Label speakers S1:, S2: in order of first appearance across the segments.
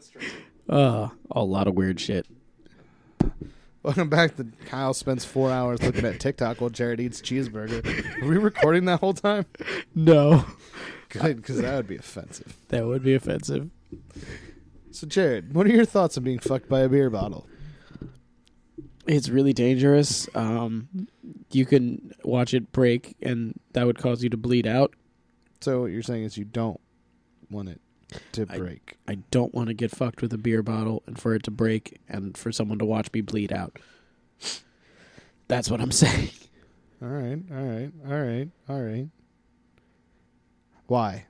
S1: stream.
S2: Uh, a lot of weird shit.
S3: Welcome back to Kyle spends four hours looking at TikTok while Jared eats cheeseburger. Were we recording that whole time?
S2: No,
S3: Good, because that would be offensive.
S2: that would be offensive.
S3: So, Jared, what are your thoughts on being fucked by a beer bottle?
S2: It's really dangerous. Um, you can watch it break, and that would cause you to bleed out.
S3: So, what you're saying is you don't want it to
S2: I-
S3: break.
S2: I don't want to get fucked with a beer bottle and for it to break and for someone to watch me bleed out. That's what I'm saying.
S3: All right, all right, all right, all right. Why?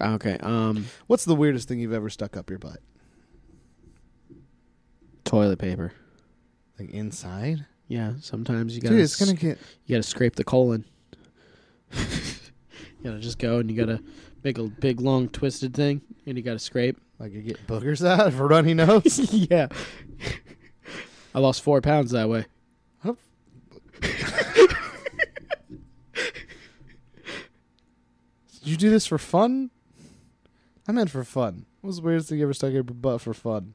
S2: Okay. Um,
S3: What's the weirdest thing you've ever stuck up your butt?
S2: toilet paper.
S3: Like inside?
S2: Yeah. Sometimes you gotta
S3: Dude, it's
S2: s-
S3: gonna get.
S2: you gotta scrape the colon. you gotta just go and you gotta make a big long twisted thing and you gotta scrape.
S3: Like you get boogers out of a runny nose.
S2: yeah. I lost four pounds that way.
S3: How Did you do this for fun? I meant for fun. What was the weirdest thing you ever stuck up your butt for fun?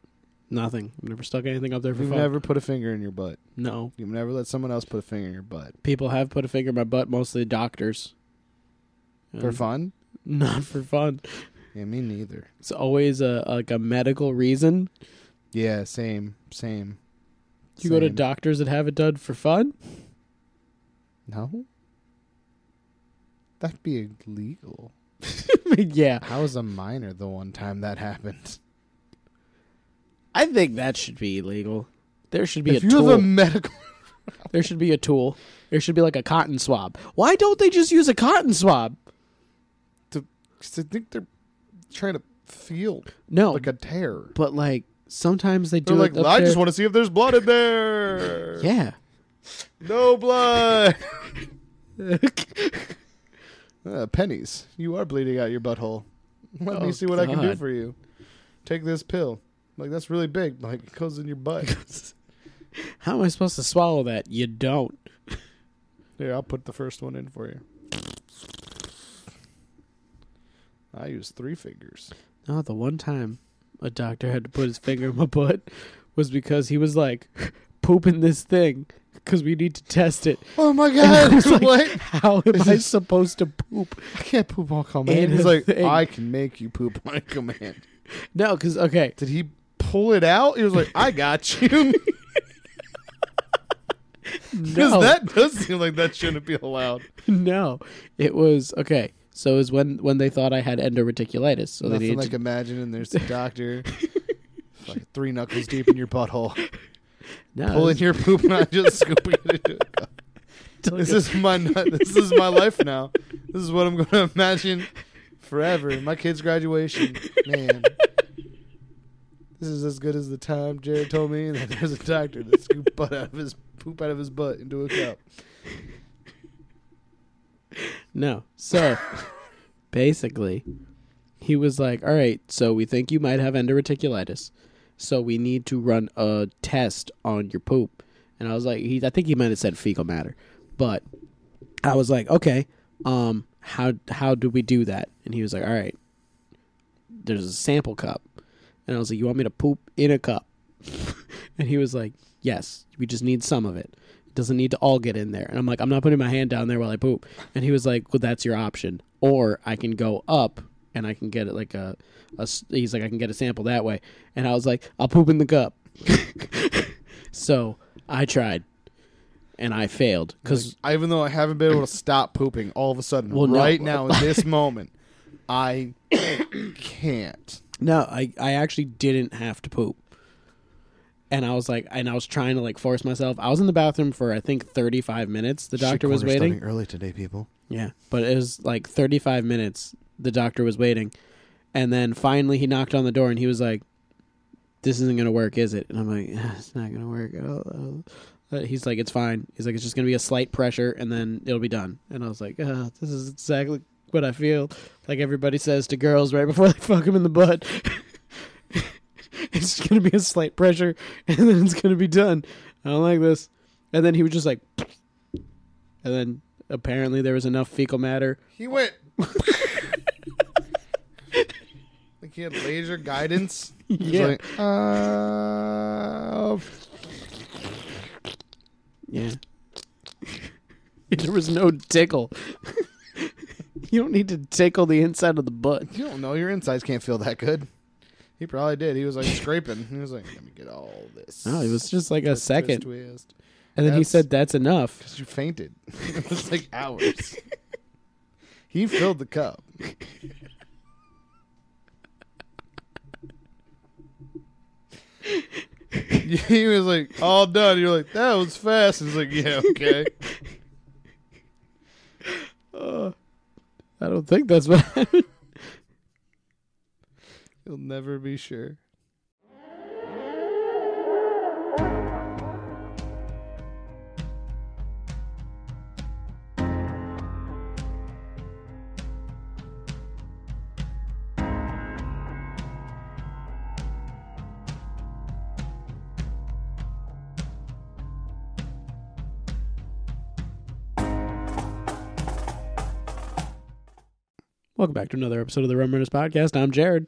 S2: Nothing. I've never stuck anything up there for
S3: You've
S2: fun.
S3: never put a finger in your butt.
S2: No.
S3: You've never let someone else put a finger in your butt.
S2: People have put a finger in my butt, mostly doctors.
S3: For
S2: And-
S3: fun?
S2: Not for fun.
S3: Yeah, me neither.
S2: It's always a like a medical reason.
S3: Yeah, same, same.
S2: You go to
S3: Same.
S2: doctors that have it done for fun.
S3: No? That'd be illegal.
S2: yeah,
S3: I was a minor the one time that happened.
S2: I think that should be illegal. There should be
S3: if
S2: a
S3: you
S2: tool.
S3: have a medical
S2: there should be a tool. There should be like a cotton swab. Why don't they just use a cotton swab?
S3: to, 'cause I think they're trying to feel
S2: No,
S3: like a tear.
S2: but like sometimes they Oh. do.
S3: They're like,
S2: it up
S3: I just
S2: there."
S3: want to see if there's blood in there.
S2: Yeah.
S3: No blood. Uh, pennies. You are bleeding out your butthole. Let
S2: Oh,
S3: me see what I can do
S2: God.
S3: for you. Take this pill. Like that's really big. Like it goes in your butt.
S2: How am I supposed to swallow that? You don't.
S3: Here, I'll put the first one in for you. I use three fingers.
S2: No, Oh, the one time a doctor had to put his finger in my butt was because he was like pooping this thing because we need to test it.
S3: Oh my
S2: And
S3: god!
S2: I was like,
S3: what?
S2: How am
S3: This
S2: I
S3: is-
S2: supposed to poop?
S3: I can't poop on
S2: And
S3: command. He's
S2: a
S3: like,
S2: thing.
S3: I can make you poop on command.
S2: No, because okay,
S3: Did he pull it out? He was like, I got you. Because
S2: no,
S3: that does seem like that shouldn't be allowed.
S2: no, it was okay. So it was when when they thought I had endoreticulitis. So they
S3: Nothing
S2: needed
S3: like
S2: to,
S3: imagining there's a doctor, like three knuckles deep in your butthole,
S2: no, it
S3: pulling
S2: was
S3: your poop and not just scooping it into a cup.
S2: still
S3: This
S2: good.
S3: is my nut. This is my life now. This is what I'm going to imagine forever. My kid's graduation, man. This is as good as the time Jared told me that there's a doctor that scooped butt out of his poop out of his butt into a cup.
S2: no. So basically, he was like, "All right, so we think you might have endoreticulitis, so we need to run a test on your poop." And I was like, "He, I think he might have said fecal matter, but I was like, okay, um, how how do we do that?" And he was like, "All right, there's a sample cup," and I was like, "You want me to poop in a cup?" and he was like, "Yes, we just need some of it." It Doesn't need to all get in there. And I'm like, I'm not putting my hand down there while I poop. And he was like, Well, that's your option. Or I can go up and I can get it like a, a s- he's like, I can get a sample that way. And I was like, I'll poop in the cup. so I tried and I failed because
S3: I- even though I haven't been able to stop pooping, all of a sudden,
S2: Well, no.
S3: right now in this moment, I can't.
S2: No, I, I actually didn't have to poop. And I was like, and I was trying to like force myself. I was in the bathroom for I think 35 minutes. The doctor was waiting.
S3: early today, people.
S2: Yeah, but it was like 35 minutes. The doctor was waiting, and then finally he knocked on the door and he was like, "This isn't gonna work, is it?" And I'm like, "Ah, "It's not gonna work." I'll- I'll-" Uh, He's like, "It's fine." He's like, "It's just gonna be a slight pressure, and then it'll be done." And I was like, Ah, "This is exactly what I feel like everybody says to girls right before they fuck them in the butt." it's just gonna be a slight pressure, and then it's gonna be done. I don't like this. And then he was just like, and then apparently there was enough fecal matter
S3: He went. like He had laser guidance. He's
S2: Yeah.
S3: like, uh,
S2: Yeah. there was no tickle. you don't need to tickle the inside of the butt.
S3: you don't know. Your insides can't feel that good. He probably did. He was like scraping. He was like, let me get all this.
S2: No, it was just like a
S3: Twist,
S2: second.
S3: twist.
S2: And then he
S3: That's-
S2: said, That's enough.
S3: Because you fainted. it was like hours. he filled the cup. he was like, all done. You're like, that was fast. He's like, yeah, okay.
S2: I don't think that's what happened.
S3: You'll never be sure.
S2: Welcome back to another episode of the Rum Runners Podcast. I'm Jared.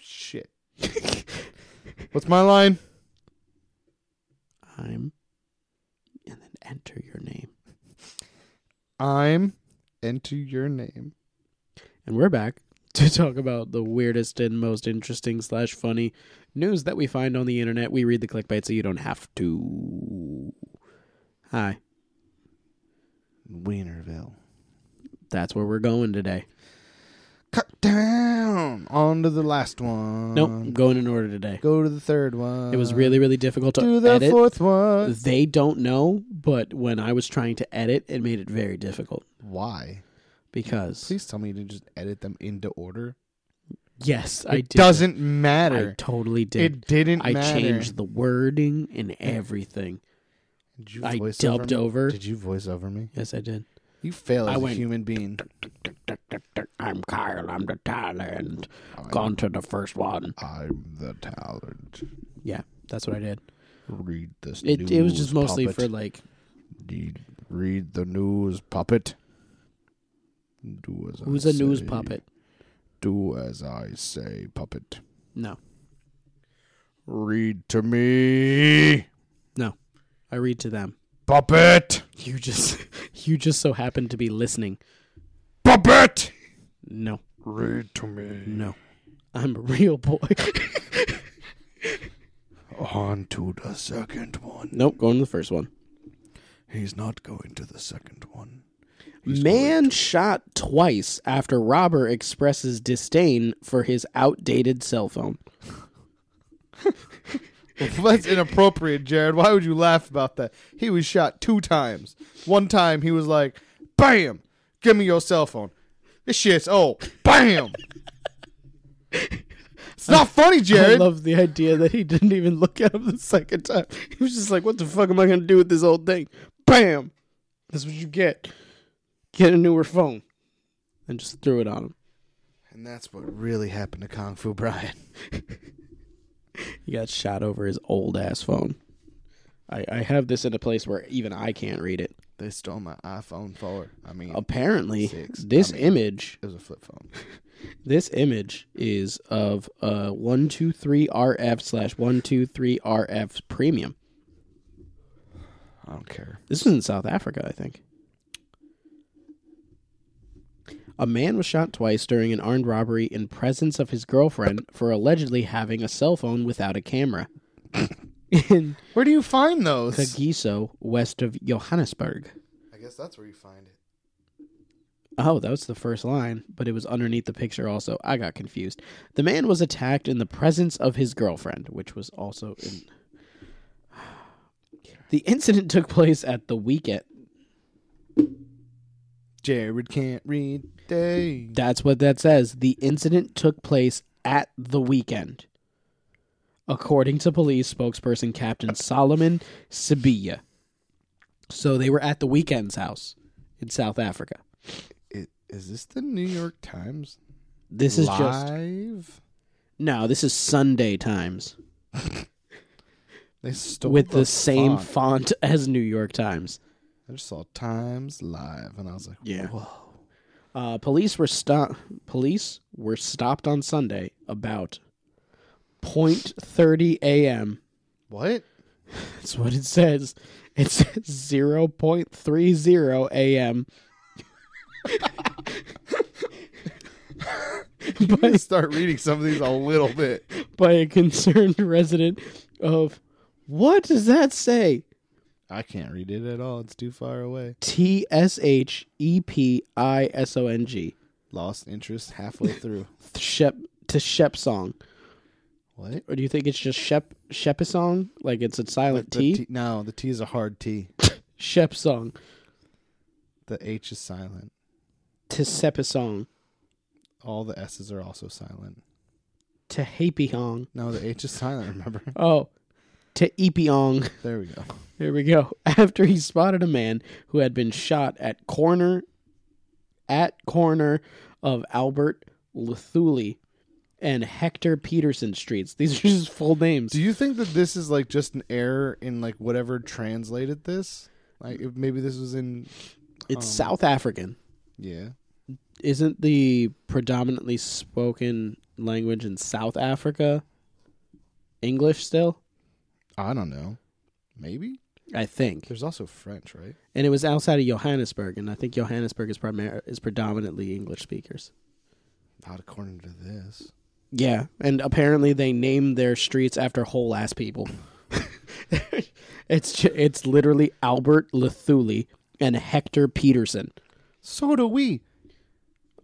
S3: Shit. What's my line?
S2: I'm. And then enter your name.
S3: I'm into your name.
S2: And we're back to talk about the weirdest and most interesting slash funny news that we find on the internet. We read the clickbait so you don't have to. Hi.
S3: Wienerville.
S2: That's where we're going today.
S3: Cut down. On to the last one.
S2: Nope, I'm going in order today.
S3: Go to the third one.
S2: It was really, really difficult to
S3: Uh, Do the
S2: edit.
S3: fourth one.
S2: They don't know, but when I was trying to edit, it made it very difficult
S3: Why?
S2: because
S3: Please tell me you didn't just edit them into order.
S2: yes, I
S3: it
S2: did.
S3: doesn't
S2: I
S3: matter.
S2: totally did.
S3: it didn't
S2: I
S3: matter.
S2: changed the wording and everything.
S3: Did you
S2: I
S3: voice
S2: dubbed
S3: over, me?
S2: over.
S3: Did you voice over me?
S2: Yes, I did.
S3: You fail
S2: I
S3: as a
S2: went-
S3: human being.
S2: I'm Kyle. I'm the Thailand.
S3: Oh,
S2: Gone to the first one.
S3: I'm the talent.
S2: Yeah, that's what I did.
S3: Read this.
S2: It it was just mostly for like
S3: for. Read the news puppet. Do as
S2: who's a news puppet.
S3: Do as I say, puppet.
S2: No,
S3: Read to me,
S2: I read to them.
S3: puppet.
S2: You just you just so happened to be listening.
S3: Puppet.
S2: No,
S3: Read to me.
S2: no, I'm a real boy.
S3: On to the second one.
S2: nope, going to the first one.
S3: He's not going to the second one.
S2: Man shot twice after robber expresses disdain for his outdated cell phone.
S3: That's inappropriate, Jared. Why would you laugh about that? He was shot two times. One time he was like, "Bam, give me your cell phone." This shit's old. Bam. It's not funny,
S2: I
S3: Jared.
S2: love the idea that he didn't even look at him the second time. He was just like, "What the fuck am I gonna do with this old thing?" Bam. That's what you get. Get a newer phone, and just threw it on him.
S3: and that's what really happened to Kung Fu Brian.
S2: He got shot over his old ass phone. I, I have this in a place where even I can't read it.
S3: They stole my iPhone four. I mean,
S2: Apparently,
S3: Six.
S2: this
S3: I mean-
S2: image
S3: it was a flip phone.
S2: This image is of uh one two three RF slash one two three RF premium.
S3: I don't care.
S2: This was in South Africa, I think. A man was shot twice during an armed robbery in presence of his girlfriend for allegedly having a cell phone without a camera in
S3: Where do you find those?
S2: Kagiso, west of Johannesburg.
S3: I guess that's where you find it.
S2: Oh, that was the first line, but it was underneath the picture also. I got confused. The man was attacked in the presence of his girlfriend, which was also in. The incident took place at the weekend.
S3: Jared can't read day.
S2: That's what that says. The incident took place at the weekend. According to police spokesperson Captain Solomon Sibilla. So they were at the weekend's house in South Africa.
S3: It, is this the New York Times?
S2: This is just
S3: live.
S2: No, this is Sunday Times.
S3: They stole
S2: with the, same
S3: font.
S2: font as New York Times.
S3: I just saw Times Live, and I was like,
S2: Yeah.
S3: "Whoa!"
S2: Uh, police were stopped. Police were stopped on Sunday about 0.30 a.m.
S3: What?
S2: That's what it says. It says 0.30 a.m.
S3: I start reading some of these a little bit.
S2: by a concerned resident of what does that say?
S3: I can't read it at all. It's too far away.
S2: T S H E P I S O N G.
S3: Lost interest halfway through.
S2: Shep to Shep song.
S3: What?
S2: Or do you think it's just Shep Shep song? Like it's a silent
S3: The
S2: T?
S3: T- no, the T is a hard T.
S2: Shep song.
S3: The H is silent.
S2: To Sepa song.
S3: All the S's are also silent.
S2: To Hapiong.
S3: No, the H is silent, remember?
S2: Oh. To Epiong.
S3: There we go.
S2: Here we go. After he spotted a man who had been shot at corner at corner of Albert Lethuli and Hector Peterson streets. These are just full names.
S3: Do you think that this is like just an error in like whatever translated this? Like if maybe this was in
S2: it's
S3: um,
S2: South African.
S3: yeah.
S2: Isn't the predominantly spoken language in South Africa English still?
S3: I don't know. Maybe
S2: I think.
S3: there's also French, right?
S2: And it was outside of Johannesburg and I think Johannesburg is primar- is predominantly English speakers.
S3: Not according to this.
S2: Yeah, and apparently they named their streets after whole ass people. it's ju- it's literally Albert Lethuli and Hector Peterson.
S3: So do we.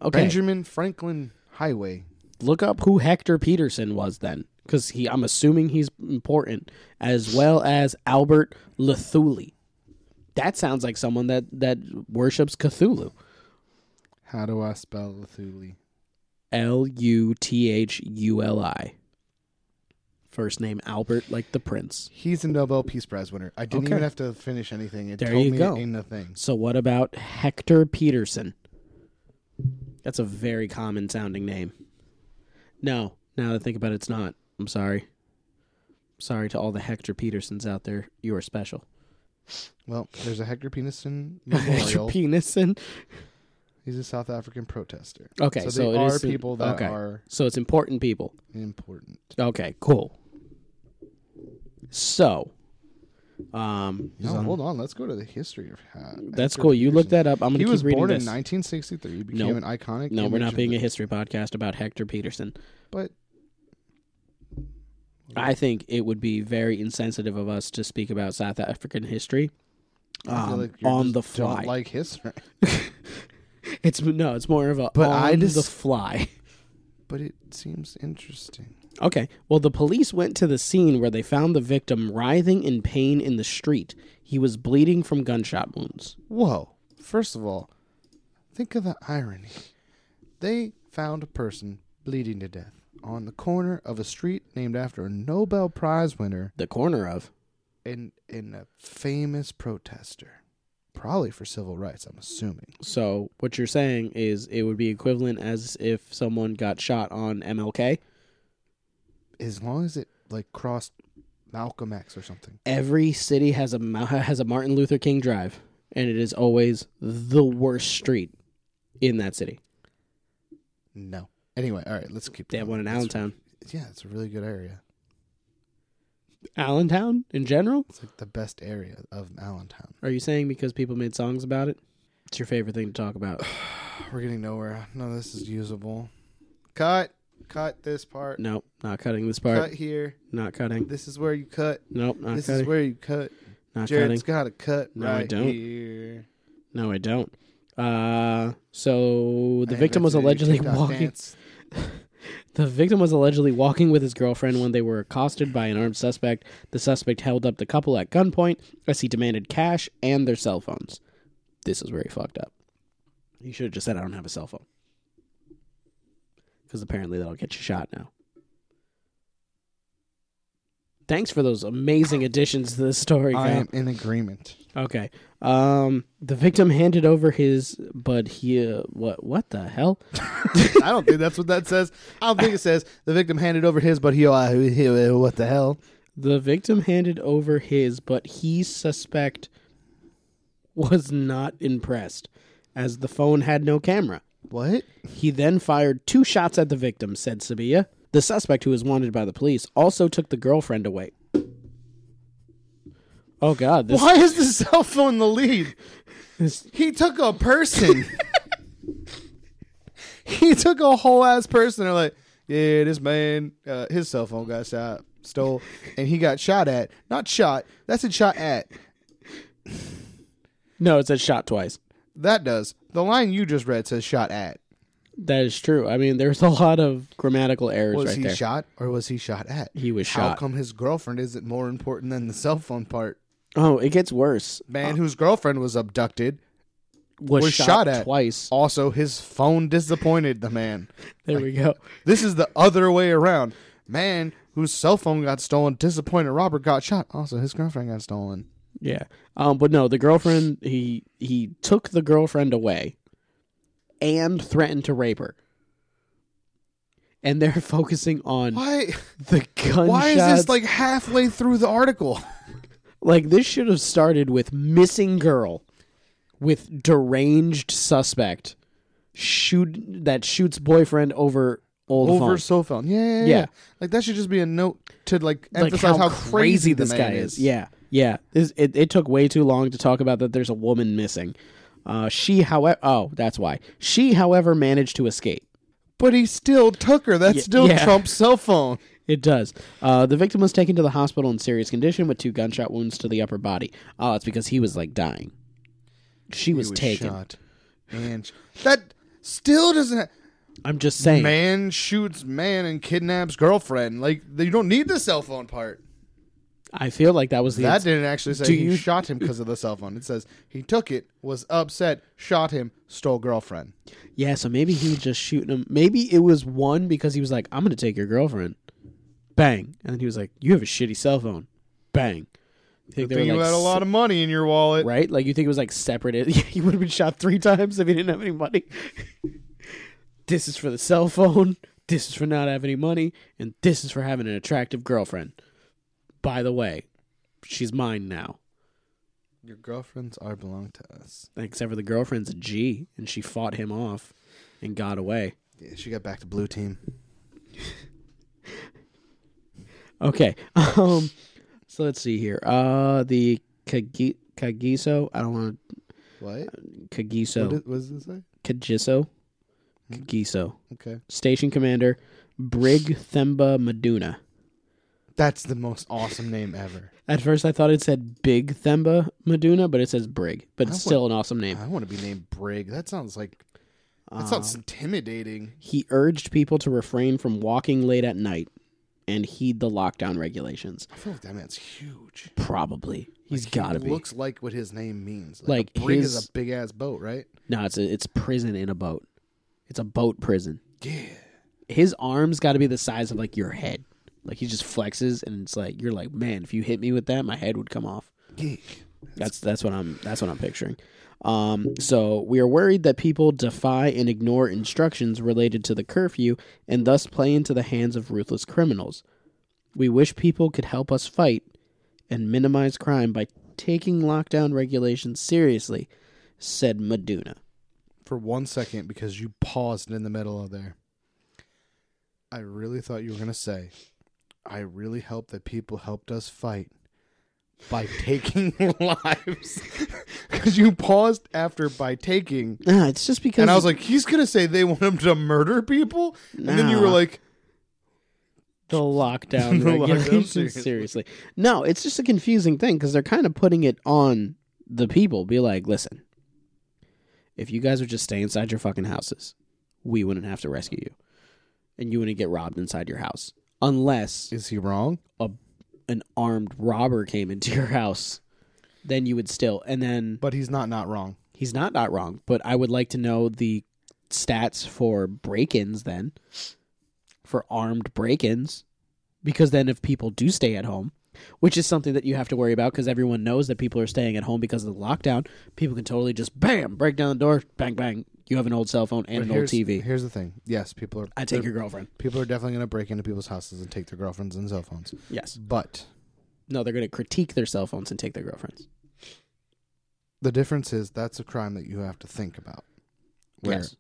S2: Okay,
S3: Benjamin Franklin Highway.
S2: look up who Hector Peterson was then, because he I'm assuming he's important as well as Albert Lethuli. That sounds like someone that that worships Cthulhu.
S3: How do I spell Lethuli?
S2: L U T H U L I. First name Albert, like the prince.
S3: He's a Nobel Peace Prize winner. I didn't
S2: Okay.
S3: even have to finish anything. It
S2: There
S3: told
S2: you
S3: me
S2: go.
S3: it ain't nothing.
S2: So what about Hector Peterson? That's a very common sounding name. No, now that I think about it, it's not. I'm sorry. Sorry to all the Hector Petersons out there. You are special.
S3: Well, there's a Hector Peniston
S2: Hector
S3: memorial.
S2: Peterson.
S3: He's a South African protester.
S2: Okay,
S3: so,
S2: so,
S3: they
S2: it
S3: are
S2: is-
S3: people that
S2: okay.
S3: are
S2: So it's important people.
S3: important.
S2: Okay, cool. So, um,
S3: No, hold on. Let's go to the history of hat.
S2: that's cool. You look that up. I'm gonna
S3: He
S2: keep
S3: was
S2: reading
S3: born in
S2: this.
S3: 1963. Became
S2: Nope.
S3: an iconic.
S2: no, we're
S3: image
S2: not
S3: of
S2: being
S3: the-
S2: a history podcast about Hector Peterson.
S3: But
S2: I think it would be very insensitive of us to speak about South African history
S3: I feel
S2: um,
S3: like you're
S2: on
S3: just
S2: the
S3: don't
S2: fly.
S3: like history.
S2: it's no, it's more of a
S3: But
S2: on
S3: I
S2: the
S3: just-
S2: fly.
S3: But it seems interesting.
S2: Okay. Well, the police went to the scene where they found the victim writhing in pain in the street. He was bleeding from gunshot wounds.
S3: Whoa! First of all, think of the irony. They found a person bleeding to death on the corner of a street named after a Nobel Prize winner
S2: The corner of
S3: and and a famous protester, probably for civil rights. I'm assuming.
S2: so what you're saying is it would be equivalent as if someone got shot on MLK.
S3: As long as it like crossed Malcolm X or something.
S2: Every city has a Ma- has a Martin Luther King Drive, and it is always the worst street in that city.
S3: No. Anyway, all right. Let's keep.
S2: They have one
S3: going.
S2: in
S3: That's-
S2: Allentown.
S3: Yeah, it's a really good area.
S2: Allentown in general?
S3: It's like the best area of Allentown.
S2: Are you saying because people made songs about it? It's your favorite thing to talk about.
S3: We're getting nowhere. No, this is usable. Cut. Cut this part.
S2: No, not cutting this part.
S3: Cut here.
S2: Not cutting.
S3: This is where you cut.
S2: Nope, not
S3: this
S2: cutting.
S3: is where you cut.
S2: not cutting.
S3: Jared's got a cut
S2: No, I
S3: right
S2: don't.
S3: here.
S2: No, I don't. Uh, so the
S3: I
S2: victim was
S3: invented a new
S2: allegedly
S3: TikTok
S2: walking.
S3: dance.
S2: The victim was allegedly walking with his girlfriend when they were accosted by an armed suspect. The suspect held up the couple at gunpoint as he demanded cash and their cell phones. This is where he fucked up. You should have just said, I don't have a cell phone. Because apparently that'll get you shot now. Thanks for those amazing additions to this story,
S3: I
S2: Kyle.
S3: am in agreement.
S2: Okay. Um, the victim handed over his, but he, uh, what, what the hell?
S3: I don't think that's what that says. I don't think it says the victim handed over his, but he, uh, he- he- what the hell?
S2: The victim handed over his, but he suspect was not impressed, as the phone had no camera.
S3: What?
S2: He then fired two shots at the victim, said Sabia. The suspect, who was wanted by the police, also took the girlfriend away. Oh God! This,
S3: Why is the cell phone the lead?
S2: this-
S3: He took a person. he took a whole ass person. They're like, yeah, this man, uh, his cell phone got shot, stole, and he got shot at. Not shot. That's a shot at.
S2: no, it said shot twice.
S3: That does. The line you just read says shot at.
S2: That is true. I mean, there's a lot of grammatical errors
S3: Was
S2: right
S3: he
S2: there.
S3: shot or was he shot at?
S2: He was
S3: How
S2: shot.
S3: come his girlfriend isn't more important than the cell phone part?
S2: oh, it gets worse.
S3: Man whose girlfriend was abducted.
S2: Was,
S3: Was
S2: shot,
S3: shot at. Oh
S2: twice.
S3: Also, his phone disappointed the man.
S2: There we go.
S3: This is the other way around. Man whose cell phone got stolen, disappointed Robert got shot. Also, his girlfriend got stolen.
S2: Yeah. Um, but no, the girlfriend he he took the girlfriend away and threatened to rape her. And they're focusing on
S3: Why?
S2: the gunshots.
S3: Why is this like halfway through the article?
S2: like this should have started with missing girl with deranged suspect shoot that shoots boyfriend over old
S3: Over
S2: phone.
S3: cell phone. Yeah, yeah, yeah,
S2: Yeah.
S3: Like that should just be a note to like
S2: like
S3: emphasize how, crazy, the
S2: this
S3: man
S2: guy
S3: is.
S2: is. Yeah, yeah. This, it, it took way too long to talk about that. There's a woman missing. Uh, she, however, oh, that's why she, however, managed to escape.
S3: But he still took her. That's still
S2: yeah.
S3: Trump's cell phone.
S2: It does. Uh, the victim was taken to the hospital in serious condition with two gunshot wounds to the upper body. Oh, it's because he was like dying. She was,
S3: He was
S2: taken.
S3: shot. Man, sh- that still doesn't. Ha-
S2: I'm just saying.
S3: man shoots man and kidnaps girlfriend. Like you don't need the cell phone part.
S2: I feel like that was the
S3: That didn't actually say
S2: Do
S3: he
S2: you-
S3: shot him because of the cell phone. It says he took it, was upset, shot him, stole girlfriend.
S2: Yeah, so maybe he was just shooting him. Maybe it was one because he was like, I'm going to take your girlfriend. Bang. And then he was like, You have a shitty cell phone. Bang. You think
S3: Think you had a lot of money in your wallet.
S2: right? Like, you think it was like separate. he would have been shot three times if he didn't have any money. this is for the cell phone. This is for not having any money. And this is for having an attractive girlfriend. By the way, she's mine now.
S3: Your girlfriends are belong to us.
S2: Except for the girlfriend's a G, and she fought him off and got away.
S3: Yeah, she got back to blue team.
S2: Okay. Um, so let's see here. Uh, the Kagi- Kagiso. I don't want
S3: What?
S2: to
S3: What, Hmm?
S2: Kagiso.
S3: did, what does it say?
S2: Kagiso. Kagiso.
S3: Okay,
S2: Station commander Brig Themba Maduna.
S3: that's the most awesome name ever.
S2: At first, I thought it said Big Themba Maduna, but it says Brig. But it's
S3: I
S2: still an awesome name.
S3: I want to be named Brig. That sounds like that sounds
S2: Um,
S3: intimidating.
S2: He urged people to refrain from walking late at night and heed the lockdown regulations.
S3: I feel like that man's huge.
S2: Probably. he's
S3: He
S2: got to be.
S3: Looks like what his name means.
S2: Like
S3: a brig
S2: his-
S3: is a big ass boat, right?
S2: No, it's a, it's prison in a boat. It's a boat prison.
S3: Yeah.
S2: his arms got to be the size of like your head. Like he just flexes, and it's like you're like, man, if you hit me with that, my head would come off.
S3: Geek.
S2: That's that's what I'm that's what I'm picturing. Um, so we are worried that people defy and ignore instructions related to the curfew, and thus play into the hands of ruthless criminals. We wish people could help us fight and minimize crime by taking lockdown regulations seriously," said Maduna.
S3: for one second because you paused in the middle of there. I really thought you were going to say, I really hope that people helped us fight by taking lives. Because you paused after by taking.
S2: Ah, it's just because
S3: And I was like, he's going to say they want him to murder people? And then you were
S2: Nah.
S3: like,
S2: the lockdown
S3: The lockdown,
S2: regulations
S3: seriously.
S2: seriously. no it's just a confusing thing because they're kind of putting it on the people be like listen if you guys would just stay inside your fucking houses we wouldn't have to rescue you and you wouldn't get robbed inside your house unless
S3: is he wrong?
S2: a, an armed robber came into your house then you would still and then
S3: But he's not not wrong.
S2: he's not not wrong but i would like to know the stats for break-ins then for armed break-ins because then if people do stay at home which is something that you have to worry about because everyone knows that people are staying at home because of the lockdown people can totally just bam break down the door bang bang you have an old cell phone and
S3: But
S2: an old
S3: here's-
S2: tv
S3: Here's the thing. Yes, people are
S2: i take your girlfriend
S3: people are definitely going to break into people's houses and take their girlfriends and cell phones.
S2: yes
S3: But
S2: no they're going to critique their cell phones and take their girlfriends
S3: the difference is that's a crime that you have to think about. Where
S2: yes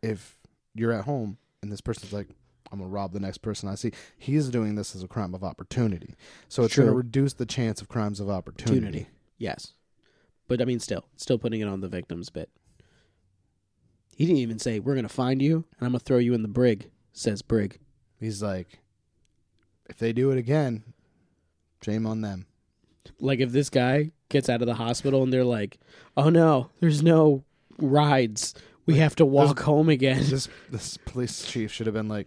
S3: if you're at home and this person's like, I'm gonna rob the next person I see, he's doing this as a crime of opportunity. So it's gonna
S2: True.
S3: reduce the chance of crimes of opportunity.
S2: Opportunity. Yes. But I mean, still, still putting it on the victim's bit. He didn't even say, We're going to find you and I'm going to throw you in the brig, says Brig.
S3: He's like, if they do it again, shame on them.
S2: Like, if this guy gets out of the hospital and they're like, Oh no, there's no rides. We have to walk home again.
S3: This this police chief should have been like,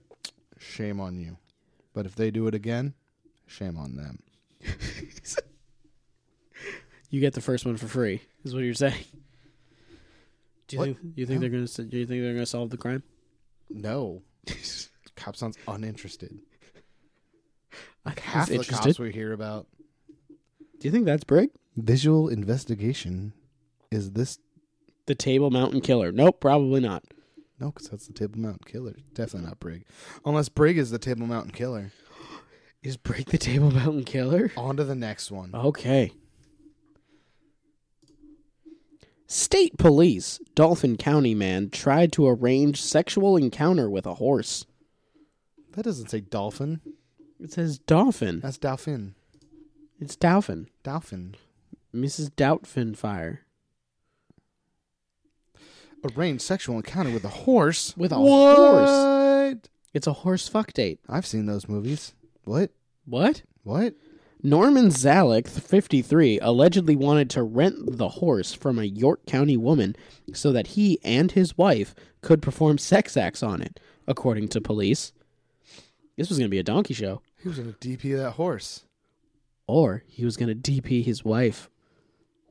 S3: shame on you. But if they do it again, shame on them.
S2: You get the first one for free, is what you're saying. Do you
S3: What?
S2: think you think
S3: No.
S2: they're gonna s- do you think they're gonna solve the crime?
S3: No. Cop sounds uninterested.
S2: I think
S3: Half
S2: he's
S3: of the cops we hear about.
S2: Do you think that's Brig?
S3: Visual investigation is this
S2: The Table Mountain Killer? Nope, probably not.
S3: no, because that's the Table Mountain Killer. Definitely not Brig, unless Brig is the Table Mountain Killer.
S2: Is Brig the Table Mountain Killer?
S3: On to the next one.
S2: Okay. State police, Dolphin County man tried to arrange sexual encounter with a horse.
S3: That doesn't say dolphin.
S2: It says dolphin.
S3: That's dolphin.
S2: It's dolphin.
S3: Dolphin
S2: Mrs. Doubtfin fire.
S3: arranged sexual encounter with a horse.
S2: With a
S3: horse.
S2: It's a horse fuck date.
S3: I've seen those movies. What?
S2: What?
S3: What?
S2: Norman Zalek, 53, allegedly wanted to rent the horse from a York County woman so that he and his wife could perform sex acts on it, according to police. This was going to be a donkey show.
S3: He was gonna DP that horse.
S2: Or he was going to DP his wife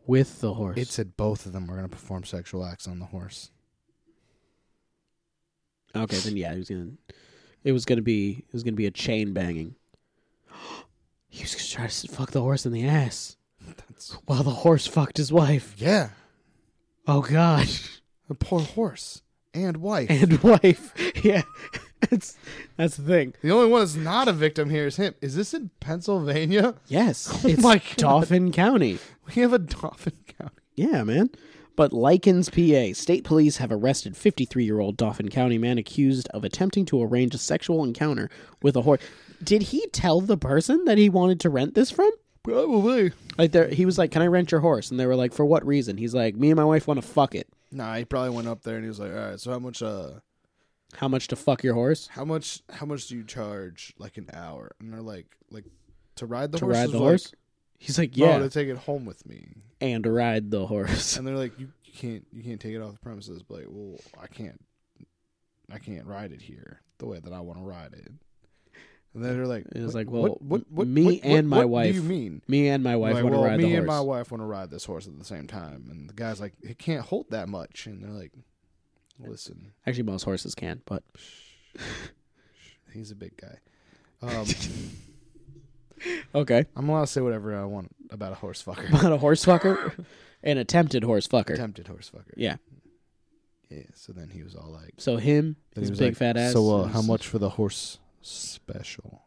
S2: with the horse.
S3: It said both of them were gonna perform sexual acts on the horse.
S2: okay, then yeah, he was going to It was going to be it was going to be a chain banging. he was going to try to s- fuck the horse in the ass
S3: That's
S2: while the horse fucked his wife.
S3: yeah.
S2: Oh god.
S3: A poor horse and wife.
S2: and wife. Yeah, it's that's the thing.
S3: the only one that's not a victim here is him. Is this in Pennsylvania?
S2: Yes,
S3: Oh
S2: it's
S3: my God.
S2: Dauphin County.
S3: We have a dolphin county.
S2: Yeah, man. But Lycans, PA, state police have arrested 53-year-old Dauphin County man accused of attempting to arrange a sexual encounter with a horse. Did he tell the person that he wanted to rent this from?
S3: Probably.
S2: Like, there, he was like, "Can I rent your horse?" And they were like, "For what reason?" He's like, "Me and my wife want to fuck it.
S3: Nah, he probably went up there and he was like, "All right, so how much? Uh,
S2: How much to fuck your horse?"
S3: how much? How much do you charge? Like an hour?" And they're like, "Like to ride the
S2: To
S3: horse?
S2: ride
S3: is
S2: the
S3: like,
S2: horse? He's like,
S3: "Bro,
S2: "Yeah,
S3: to take it home with me."
S2: and ride the horse."
S3: And they're like, "You, you can't, you can't take it off the premises." But like, well, I can't, I can't ride it here the way that I want to ride it. And then they're like,
S2: And it's
S3: "What-
S2: like, well,
S3: what, what, what,
S2: me
S3: what- what-
S2: and my
S3: what
S2: wife
S3: Do you mean?
S2: Me and my wife
S3: like,
S2: want to
S3: well,
S2: ride
S3: me
S2: the horse.
S3: and my wife want to ride this horse at the same time. And the guy's like, it can't hold that much. And they're like, listen,
S2: Actually, most horses can, but
S3: he's a big guy. Um,
S2: okay.
S3: I'm allowed to say whatever I want about a horse fucker.
S2: But a horse fucker, an attempted horse fucker.
S3: Attempted horse fucker.
S2: Yeah.
S3: Yeah. So then he was all like,
S2: So him,
S3: then
S2: his
S3: he was
S2: big
S3: like,
S2: fat ass.
S3: So uh,
S2: and
S3: how
S2: his-
S3: much for the horse special?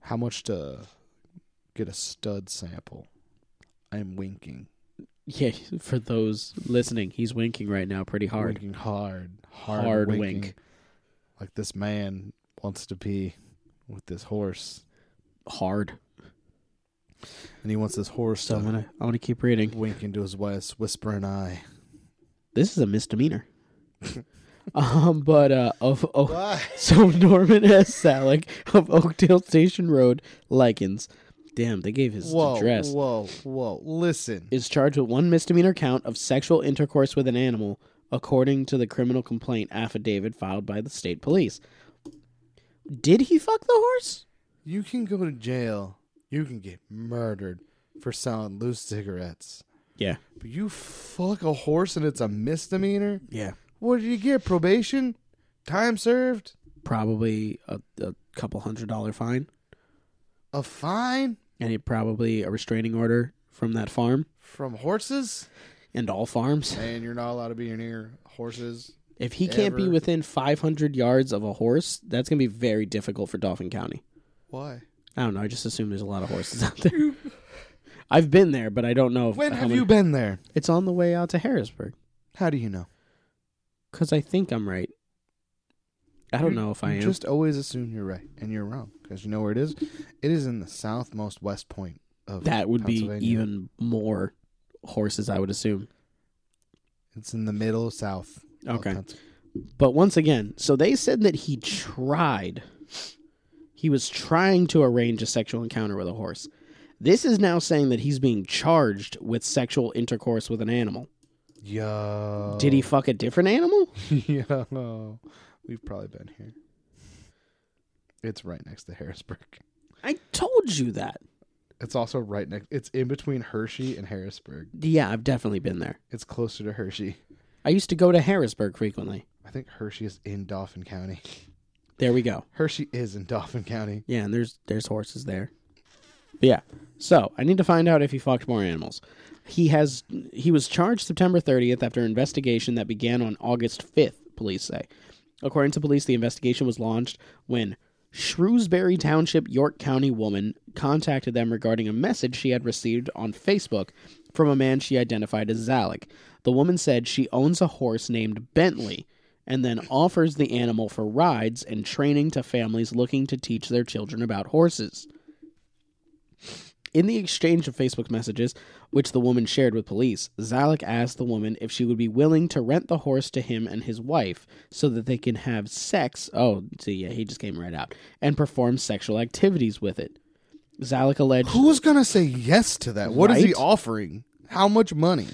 S3: How much to get a stud sample? I'm winking.
S2: Yeah, for those listening, he's winking right now, pretty hard.
S3: Winking hard. Hard,
S2: Hard,
S3: winking.
S2: wink.
S3: Like this man wants to be with this horse.
S2: Hard.
S3: And he wants this horse
S2: So I'm
S3: to
S2: gonna, I'm gonna keep reading.
S3: wink into his wife's whispering eye.
S2: This is a misdemeanor. um, but uh, of oh,
S3: Why?
S2: so Norman S. Salick of Oakdale Station Road, Lycans. Damn, they gave his
S3: Whoa,
S2: address.
S3: whoa, whoa. Listen.
S2: is charged with one misdemeanor count of sexual intercourse with an animal, according to the criminal complaint affidavit filed by the state police. Did he fuck the horse?
S3: You can go to jail. You can get murdered for selling loose cigarettes.
S2: Yeah.
S3: But you fuck a horse and it's a misdemeanor?
S2: Yeah.
S3: What did you get? Probation? Time served?
S2: Probably a, a couple hundred dollar fine,
S3: A fine?
S2: and it probably a restraining order from that farm
S3: From horses?
S2: and all farms.
S3: And you're not allowed to be near horses.
S2: If he can't be
S3: Ever.
S2: within 500 yards of a horse, that's going to be very difficult for Dauphin County.
S3: Why?
S2: I don't know. I just assume there's a lot of horses out there. I've been there, but I don't know. if-
S3: When
S2: how
S3: have
S2: many-
S3: you been there?
S2: It's on the way out to Harrisburg.
S3: How do you know?
S2: Because I think I'm right. I don't know if I
S3: You
S2: am.
S3: Just always assume you're right and you're wrong because you know where it is. It is in the southmost west point of
S2: that would be
S3: Pennsylvania.
S2: even more horses, I would assume.
S3: It's in the middle south. of
S2: Okay.
S3: Pennsyl-
S2: But once again, so they said that he tried. He was trying to arrange a sexual encounter with a horse. This is now saying that he's being charged with sexual intercourse with an animal.
S3: Yo.
S2: Did he fuck a different animal?
S3: Yo. We've probably been here. It's right next to Harrisburg.
S2: I told you that.
S3: It's also right next. It's in between Hershey and Harrisburg.
S2: Yeah, I've definitely been there.
S3: It's closer to Hershey.
S2: I used to go to Harrisburg frequently.
S3: I think Hershey is in Dauphin County.
S2: There we go.
S3: Hershey is in Dauphin County.
S2: Yeah, and there's there's horses there. But yeah. So I need to find out if he fucked more animals. He has he was charged September 30th after an investigation that began on August 5th. Police say, according to police, the investigation was launched when Shrewsbury Township, York County woman contacted them regarding a message she had received on Facebook from a man she identified as Zalek. The woman said she owns a horse named Bentley and then offers the animal for rides and training to families looking to teach their children about horses. In the exchange of Facebook messages, which the woman shared with police, Zalek asked the woman if she would be willing to rent the horse to him and his wife so that they can have sex. Oh, see, yeah, he just came right out and perform sexual activities with it. Zalek alleged
S3: Who's gonna say yes to that? What is he
S2: Right?
S3: offering? How much money?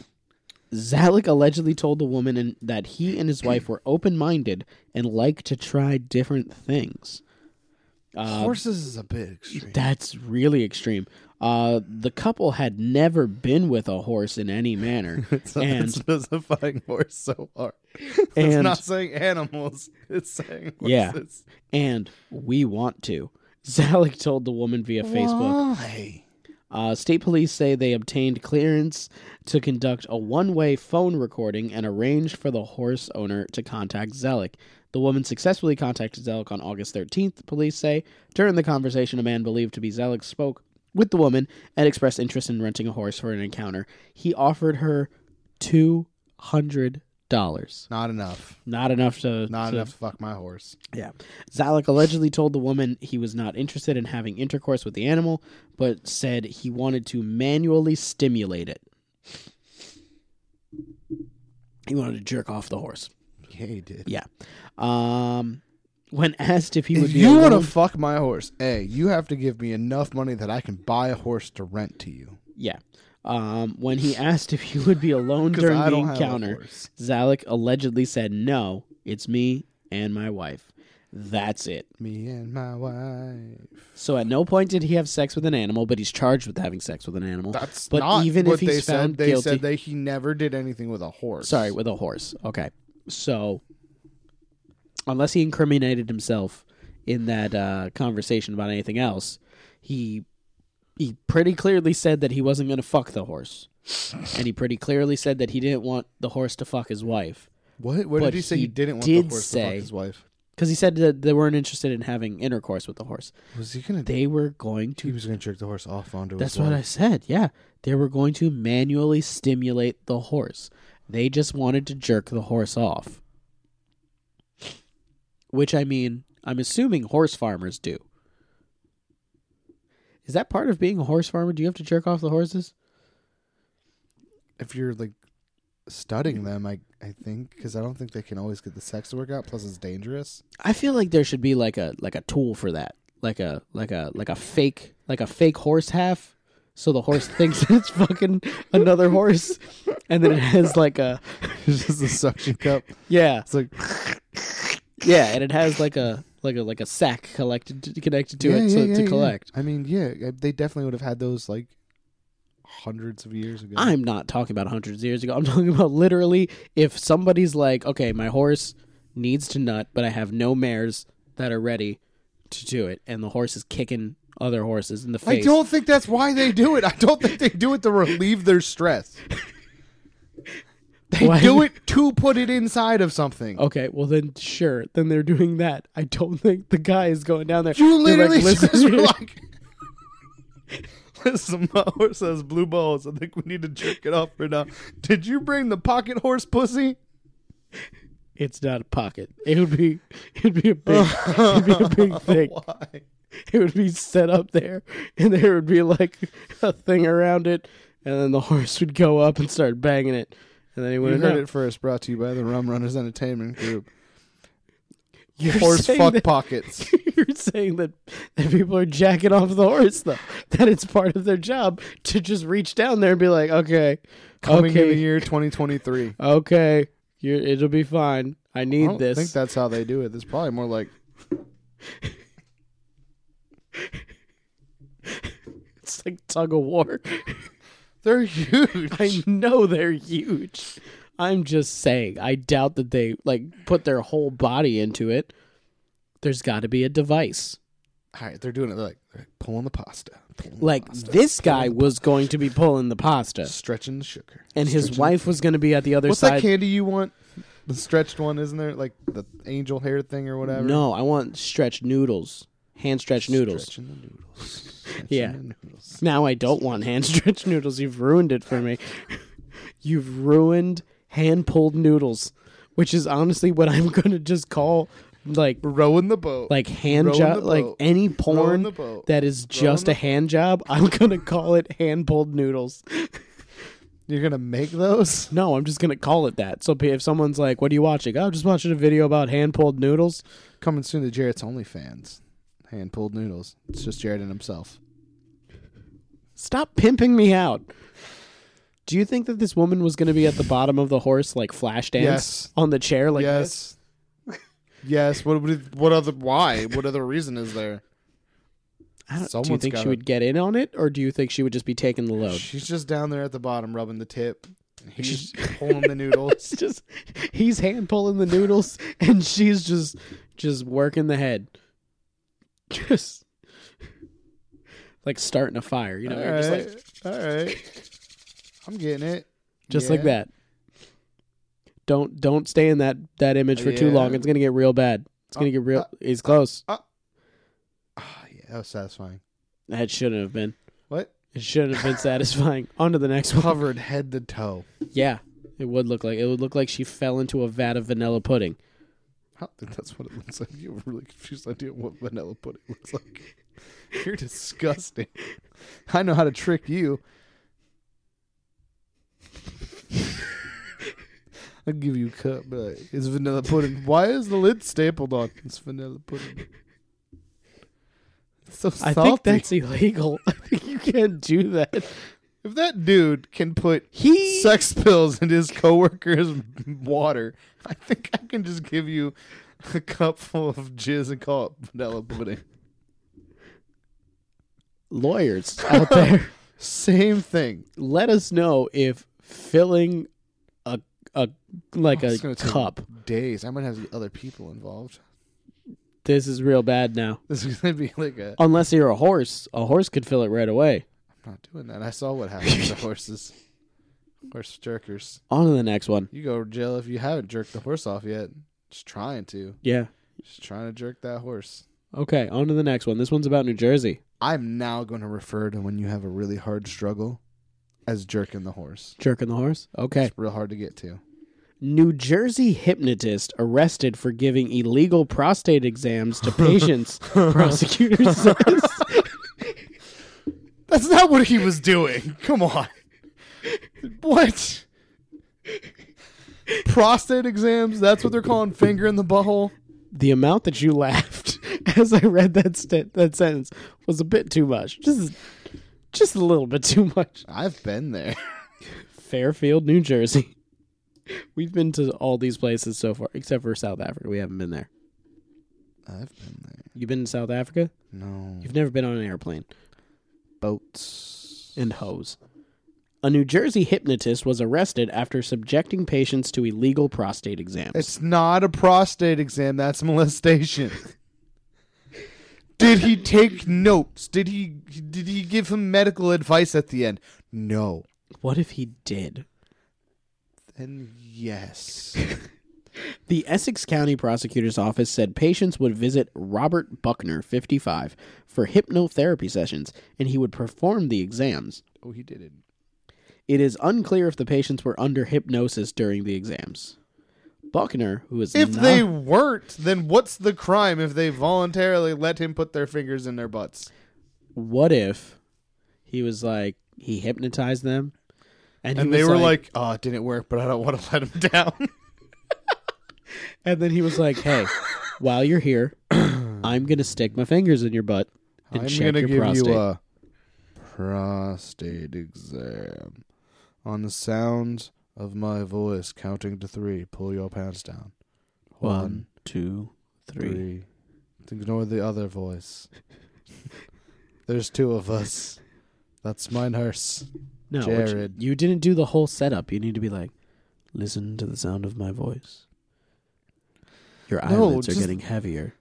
S2: Zalek allegedly told the woman and that he and his wife were open-minded and liked to try different things.
S3: Horses is a bit extreme.
S2: That's really extreme. Uh, the couple had never been with a horse in any manner,
S3: So
S2: and
S3: it's specifying horse so hard. it's
S2: And-
S3: not saying animals. It's saying
S2: Yeah.
S3: horses.
S2: and we want to. Zalek told the woman via Facebook.
S3: Why?
S2: Uh, state police say they obtained clearance to conduct a one-way phone recording and arranged for the horse owner to contact Zalek. The woman successfully contacted Zalek on August 13th. Police say during the conversation, a man believed to be Zalek spoke with the woman and expressed interest in renting a horse for an encounter. He offered her two hundred dollars.
S3: Not enough.
S2: Not enough to
S3: Not
S2: to-
S3: enough to fuck my horse.
S2: yeah. Zalek allegedly told the woman he was not interested in having intercourse with the animal, but said he wanted to manually stimulate it. He wanted to jerk off the horse.
S3: Yeah, he did.
S2: Yeah. Um, when asked if he would
S3: If
S2: be
S3: you want to
S2: alone-
S3: fuck my horse, A, you have to give me enough money that I can buy a horse to rent to you.
S2: yeah. Um, when he asked if he would be alone
S3: Because
S2: during
S3: I
S2: the
S3: don't have a
S2: encounter,
S3: horse.
S2: Zalek allegedly said, "No, it's me and my wife. That's it."
S3: Me and my wife.
S2: So at no point did he have sex with an animal, but he's charged with having sex with an animal.
S3: That's
S2: But
S3: not
S2: even
S3: what
S2: if he's
S3: they
S2: found
S3: said. They
S2: guilty-
S3: said that he never did anything with a horse.
S2: Sorry, with a horse. Okay. So, unless he incriminated himself in that uh, conversation about anything else, he he pretty clearly said that he wasn't going to fuck the horse, and he pretty clearly said that he didn't want the horse to fuck his wife
S3: What? What
S2: But
S3: did he say?
S2: he
S3: you didn't want
S2: did
S3: the horse to fuck
S2: say-
S3: his wife.
S2: because he said that they weren't interested in having intercourse with the horse.
S3: Was he gonna?
S2: They were going
S3: he
S2: to.
S3: was gonna jerk the horse off onto.
S2: That's
S3: his
S2: what I
S3: wife.
S2: said. Yeah, they were going to manually stimulate the horse. They just wanted to jerk the horse off. Which I mean, I'm assuming horse farmers do. Is that part of being a horse farmer? Do you have to jerk off the horses?
S3: If you're like studying them, I I think because I don't think they can always get the sex to work out. Plus, it's dangerous.
S2: I feel like there should be like a like a tool for that. Like a like a like a fake like a fake horse half. So the horse thinks it's fucking another horse and then it has like a
S3: it's just a suction cup.
S2: yeah.
S3: It's like
S2: Yeah, and it has like a like a like a sack collected to, connected to
S3: yeah,
S2: it
S3: yeah,
S2: so,
S3: yeah,
S2: to
S3: yeah.
S2: collect.
S3: I mean, yeah, I- they definitely would have had those like hundreds of years ago.
S2: I'm not talking about hundreds of years ago. I'm talking about literally if somebody's like, okay, my horse needs to nut, but I have no mares that are ready to do it, and the horse is kicking other horses in the
S3: I
S2: face.
S3: don't think that's why they do it. I don't think they do it to relieve their stress. They
S2: Why- Oh.
S3: do it to put it inside of something.
S2: Okay, well then, sure, then they're doing that. I don't think the guy is going down there.
S3: You
S2: They're
S3: literally
S2: like,
S3: just
S2: "Listen
S3: were
S2: here."
S3: like, listen, my horse has blue balls. I think we need to jerk it off right now. Did you bring the pocket horse pussy?
S2: It's not a pocket. It would be it'd be a big it'd be a big thing.
S3: Why?
S2: It would be set up there and there would be like a thing around it and then the horse would go up and start banging it. And then he
S3: You
S2: wouldn't
S3: heard it first, brought to you by the Rum Runners Entertainment Group.
S2: You're
S3: Horse
S2: saying
S3: fuck
S2: that-
S3: pockets.
S2: You're saying that, that people are jacking off the horse, though. That it's part of their job to just reach down there and be like, okay,
S3: Coming in the
S2: okay,
S3: year 2023.
S2: okay, you're, it'll be fine. I
S3: I
S2: need
S3: don't
S2: this.
S3: think that's how they do it. It's probably more like
S2: it's like tug of war.
S3: they're huge.
S2: I know they're huge. I'm just saying. I doubt that they like put their whole body into it. There's got to be a device.
S3: All right, they're doing it they're like, they're like pulling the pasta, pulling the
S2: Like
S3: pasta,
S2: this guy
S3: pulling
S2: was going to be pulling the pasta,
S3: stretching the sugar,
S2: and his
S3: stretching-
S2: wife was going to be at the other
S3: What's that
S2: side.
S3: candy you want? The stretched one, isn't there? Like the angel hair thing or whatever.
S2: No, I want stretch noodles, hand stretch noodles.
S3: Stretching the noodles.
S2: Yeah.
S3: Stretching the noodles.
S2: Now I don't want hand stretch noodles. You've ruined it for me. You've ruined hand pulled noodles, which is honestly what I'm going to just call like
S3: Rowing the boat.
S2: like hand
S3: Rowing
S2: job,
S3: the
S2: like
S3: boat.
S2: any porn
S3: the boat.
S2: that is just
S3: the-
S2: a hand job. I'm going to call it hand pulled noodles.
S3: You're gonna make those?
S2: No, I'm just going to call it that. So if someone's like, "What are you watching?" Oh, just watching a video about hand pulled noodles.
S3: Coming soon to Jarrett's OnlyFans. Hand pulled noodles. It's just Jarrett and himself.
S2: Stop pimping me out. Do you think that this woman was going to be at the bottom of the horse, like flash dance
S3: Yes.
S2: on the chair? Like this?
S3: yes. yes. What would- what other why? What other reason is there?
S2: I don't, do you
S3: Someone's
S2: think she
S3: gotta-
S2: would get in on it, or do you think she would just be taking the load?
S3: She's just down there at the bottom rubbing the tip. and He's pulling the noodles.
S2: It's just he's hand pulling the noodles, and she's just just working the head, just like starting a fire. You know,
S3: all
S2: you're
S3: right,
S2: just like
S3: all right. I'm getting it.
S2: just like
S3: Yeah.
S2: that. Don't don't stay in that that image for too
S3: Yeah.
S2: long. It's gonna get real bad. It's gonna
S3: Uh,
S2: get real.
S3: uh,
S2: he's close.
S3: Ah, yeah, that was satisfying.
S2: That shouldn't have been.
S3: What?
S2: It shouldn't have been satisfying. On to the next one.
S3: Covered head to toe.
S2: Yeah, it would look like it would look like she fell into a vat of vanilla pudding.
S3: I don't think that's what it looks like. You have a really confused idea of what vanilla pudding looks like. You're disgusting. I know how to trick you. I'll give you a cup, but uh, it's vanilla pudding. Why is the lid stapled on? It's vanilla pudding. It's so
S2: I
S3: salty.
S2: think that's illegal. I think you can't do that.
S3: if that dude can put
S2: He
S3: sex pills in his coworker's water, I think I can just give you a cup full of jizz and call it vanilla pudding.
S2: lawyers out there.
S3: Same thing.
S2: let us know if filling a a like
S3: Oh,
S2: a
S3: it's gonna take
S2: cup.
S3: Days. I might have the other people involved.
S2: This is real bad now.
S3: This is gonna be like a.
S2: Unless you're a horse, a horse could fill it right away.
S3: I'm not doing that. I saw what happened to horses. Horse jerkers.
S2: On to the next one.
S3: You go to jail if you haven't jerked the horse off yet. Just trying to.
S2: Yeah.
S3: Just trying to jerk that horse.
S2: Okay. On to the next one. This one's about New Jersey.
S3: I'm now going to refer to when you have a really hard struggle as jerking the horse.
S2: Jerking the horse. Okay.
S3: It's real hard to get to.
S2: New Jersey hypnotist arrested for giving illegal prostate exams to patients. Prosecutors says.
S3: That's not what he was doing. Come on. What? Prostate exams? That's what they're calling finger in the butthole?
S2: the amount that you laughed as I read that st- that sentence was a bit too much. Just just a little bit too much.
S3: I've been there.
S2: Fairfield, New Jersey. We've been to all these places so far, except for South Africa. We haven't been there.
S3: I've been there.
S2: You've been to South Africa?
S3: No.
S2: You've never been on an airplane.
S3: Boats.
S2: and hose. A New Jersey hypnotist was arrested after subjecting patients to illegal prostate exams.
S3: It's not a prostate exam. That's molestation. Did he take notes? Did he did he give him medical advice at the end? No.
S2: what if he did?
S3: Then yes.
S2: The Essex County Prosecutor's Office said patients would visit Robert Buckner, 55, for hypnotherapy sessions, and he would perform the exams.
S3: oh, he did it.
S2: It is unclear if the patients were under hypnosis during the exams. Buckner, who is
S3: If
S2: not-
S3: they weren't, then what's the crime if they voluntarily let him put their fingers in their butts?
S2: what if he was like he hypnotized them, and, he
S3: And they
S2: was
S3: were like, oh, it didn't work, but I don't want to let him down.
S2: and then he was like, hey, while you're here, I'm gonna stick my fingers in your butt and
S3: I'm
S2: check
S3: going to
S2: your
S3: give
S2: prostate.
S3: you a prostate exam. On the sound of my voice counting to three, pull your pants down.
S2: One, two, three.
S3: three. Ignore the other voice. There's two of us. That's mine, hers.
S2: No, what you-
S3: Jared.
S2: you didn't do the whole setup. You need to be like, listen to the sound of my voice. Your
S3: No,
S2: eyelids are
S3: just-
S2: getting heavier.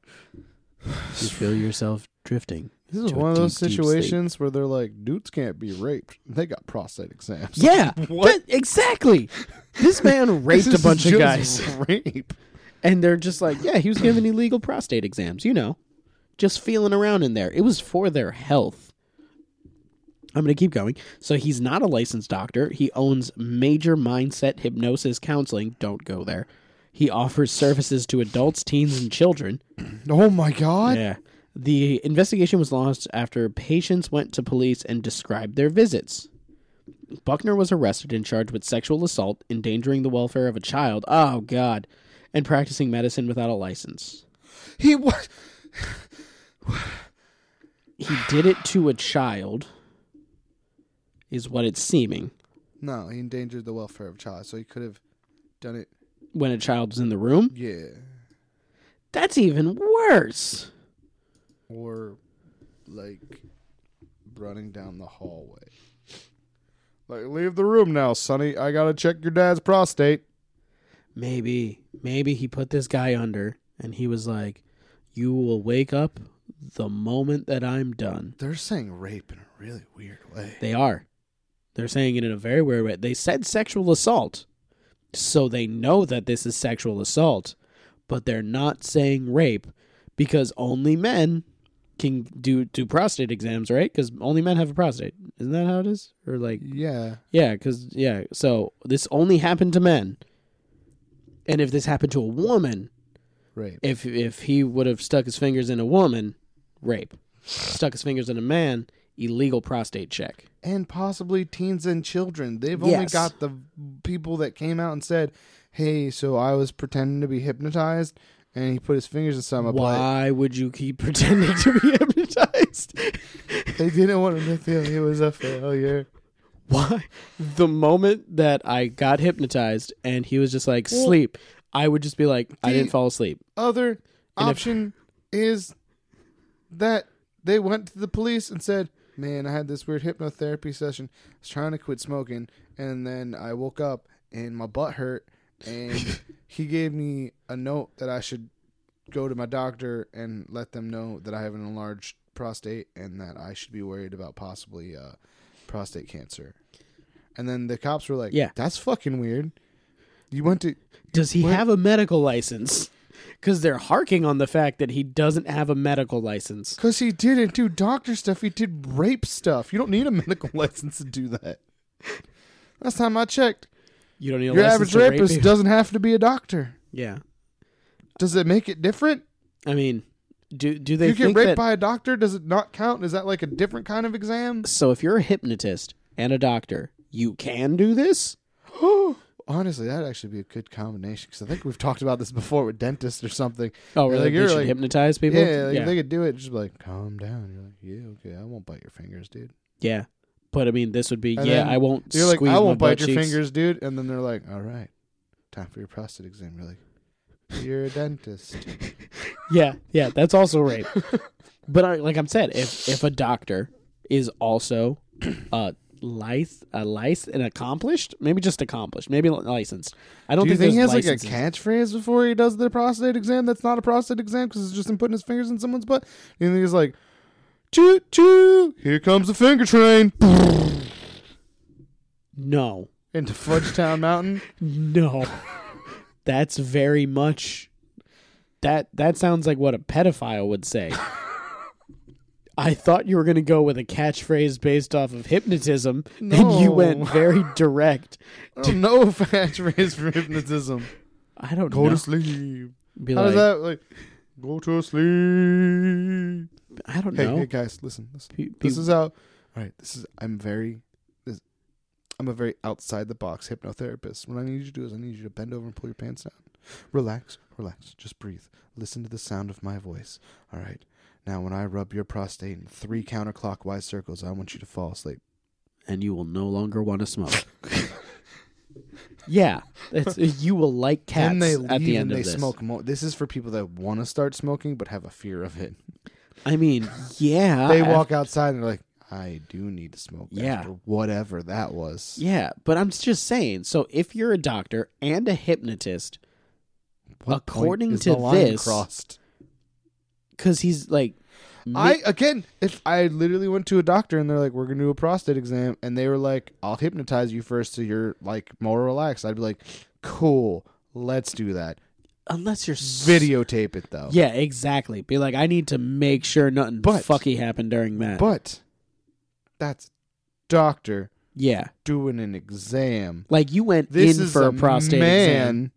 S2: You feel yourself drifting.
S3: This is
S2: To a
S3: one of those
S2: deep, deep
S3: situations where they're like, dudes can't be raped. They got prostate exams.
S2: Yeah,
S3: What?
S2: that- exactly. This man
S3: This
S2: raped a
S3: is
S2: bunch of
S3: just
S2: guys,
S3: Rape.
S2: and they're just like, yeah, he was giving illegal prostate exams. You know, just feeling around in there. It was for their health. I'm going to keep going. So he's not a licensed doctor. He owns major mindset hypnosis counseling. Don't go there. He offers services to adults, teens, and children.
S3: Oh my god.
S2: Yeah. The investigation was launched after patients went to police and described their visits. Buckner was arrested and charged with sexual assault, endangering the welfare of a child. Oh, God. And practicing medicine without a license.
S3: He was.
S2: He did it to a child, is what it's seeming,
S3: No, he endangered the welfare of a child, so he could have done it.
S2: when a child was in the room.
S3: Yeah.
S2: That's even worse.
S3: Or, like, running down the hallway. Like, leave the room now, Sonny. I gotta check your dad's prostate.
S2: Maybe, maybe he put this guy under and he was like, You will wake up the moment that I'm done.
S3: They're saying rape in a really weird way.
S2: They are. They're saying it in a very weird way. They said sexual assault, so they know that this is sexual assault, but they're not saying rape because only men can do do prostate exams, right? Because only men have a prostate. Isn't that how it is? Or like,
S3: Yeah.
S2: yeah, because yeah. So this only happened to men, and if this happened to a woman,
S3: Rape.
S2: if if he would have stuck his fingers in a woman, rape. Stuck his fingers in a man, illegal prostate check.
S3: and possibly teens and children. They've only
S2: Yes.
S3: got the people that came out and said, "Hey, so I was pretending to be hypnotized, and he put his fingers in some of my
S2: Why would you keep pretending to be hypnotized?
S3: butt." They didn't want him to feel he was a failure.
S2: Why? The moment that I got hypnotized and he was just like,
S3: Well,
S2: sleep, I would just be like, I
S3: the-
S2: didn't fall asleep.
S3: Other
S2: And if-
S3: option is that they went to the police and said, "Man, I had this weird hypnotherapy session. I was trying to quit smoking, and then I woke up and my butt hurt, and he gave me a note that I should go to my doctor and let them know that I have an enlarged prostate and that I should be worried about possibly uh, prostate cancer." And then the cops were like,
S2: Yeah.
S3: that's fucking weird." You went to
S2: Does he
S3: Where-
S2: have a medical license? Because they're harking on the fact that he doesn't have a medical license.
S3: Because he didn't do doctor stuff. He did rape stuff. You don't need a medical license to do that. Last time I checked,
S2: You don't need a
S3: your
S2: license
S3: average
S2: to rape
S3: rapist
S2: you.
S3: doesn't have to be a doctor.
S2: Yeah,
S3: Does it make it different?
S2: I mean, do do they
S3: you get
S2: think
S3: raped
S2: that?
S3: by a doctor, does it not count? Is that like a different kind of exam?
S2: so if you're a hypnotist and a doctor, you can do this.
S3: Honestly, that'd actually be a good combination because I think we've talked about this before with dentists or something.
S2: Oh,
S3: You're
S2: really?
S3: like,
S2: they
S3: you're
S2: should
S3: like-
S2: hypnotize people.
S3: yeah, like, they could do it. Just be like, calm down. You're like, yeah, okay, I won't bite your fingers, dude.
S2: Yeah. But I mean, this would be,
S3: And
S2: yeah,
S3: then
S2: I won't
S3: You're like,
S2: squeeze
S3: I won't
S2: my
S3: bite
S2: butt
S3: your
S2: cheeks.
S3: fingers, dude. And then they're like, all right, time for your prostate exam. You're like, you're a dentist.
S2: Yeah, yeah, that's also rape. but I, like I'm said, if if a doctor is also a lice, a lice, and accomplished, maybe just accomplished, maybe li- licensed. I don't
S3: Do you
S2: think,
S3: think he
S2: there's
S3: has like a
S2: licenses.
S3: catchphrase before he does the prostate exam? That's not a prostate exam because it's just him putting his fingers in someone's butt. Do you think he's like, choo choo, here comes the finger train
S2: No,
S3: into Fudgetown Mountain?
S2: no, that's very much. That that sounds like what a pedophile would say. I thought you were going to go with a catchphrase based off of hypnotism, and you
S3: No.
S2: went very direct.
S3: I don't know a catchphrase for hypnotism.
S2: I don't
S3: Go
S2: know.
S3: to sleep.
S2: Be
S3: How
S2: like,
S3: does that like? Go to sleep.
S2: I don't
S3: Hey,
S2: know.
S3: hey guys, listen, listen.
S2: Pe- pe-
S3: This is how. All right, this is. I'm very. This, I'm a very outside the box hypnotherapist. What I need you to do is I need you to bend over and pull your pants down. Relax, relax. Just breathe. Listen to the sound of my voice. All right. Now, when I rub your prostate in three counterclockwise circles, I want you to fall asleep.
S2: and you will no longer want to smoke. yeah, it's, you will like cats
S3: then they
S2: at
S3: leave
S2: the end
S3: and
S2: of
S3: they
S2: this.
S3: smoke more. This is for people that want to start smoking but have a fear of it.
S2: I mean, yeah,
S3: they
S2: I-
S3: walk outside and they're like, "I do need to smoke."
S2: Uh, Yeah.
S3: after whatever that was.
S2: Yeah, but I'm just saying. So if you're a doctor and a hypnotist,
S3: What point
S2: According
S3: is
S2: to
S3: the line
S2: this-
S3: crossed.
S2: because he's like,
S3: I again, if I literally went to a doctor and they're like, "We're gonna do a prostate exam," and they were like, "I'll hypnotize you first so you're like more relaxed," I'd be like, "Cool, let's do that."
S2: unless you're s-
S3: Videotape it though.
S2: Yeah, exactly. Be like, I need to make sure nothing
S3: But-
S2: fucky happened during that.
S3: But that's doctor
S2: yeah,
S3: doing an exam.
S2: like you went
S3: This
S2: in
S3: is
S2: for
S3: a,
S2: a prostate
S3: man
S2: exam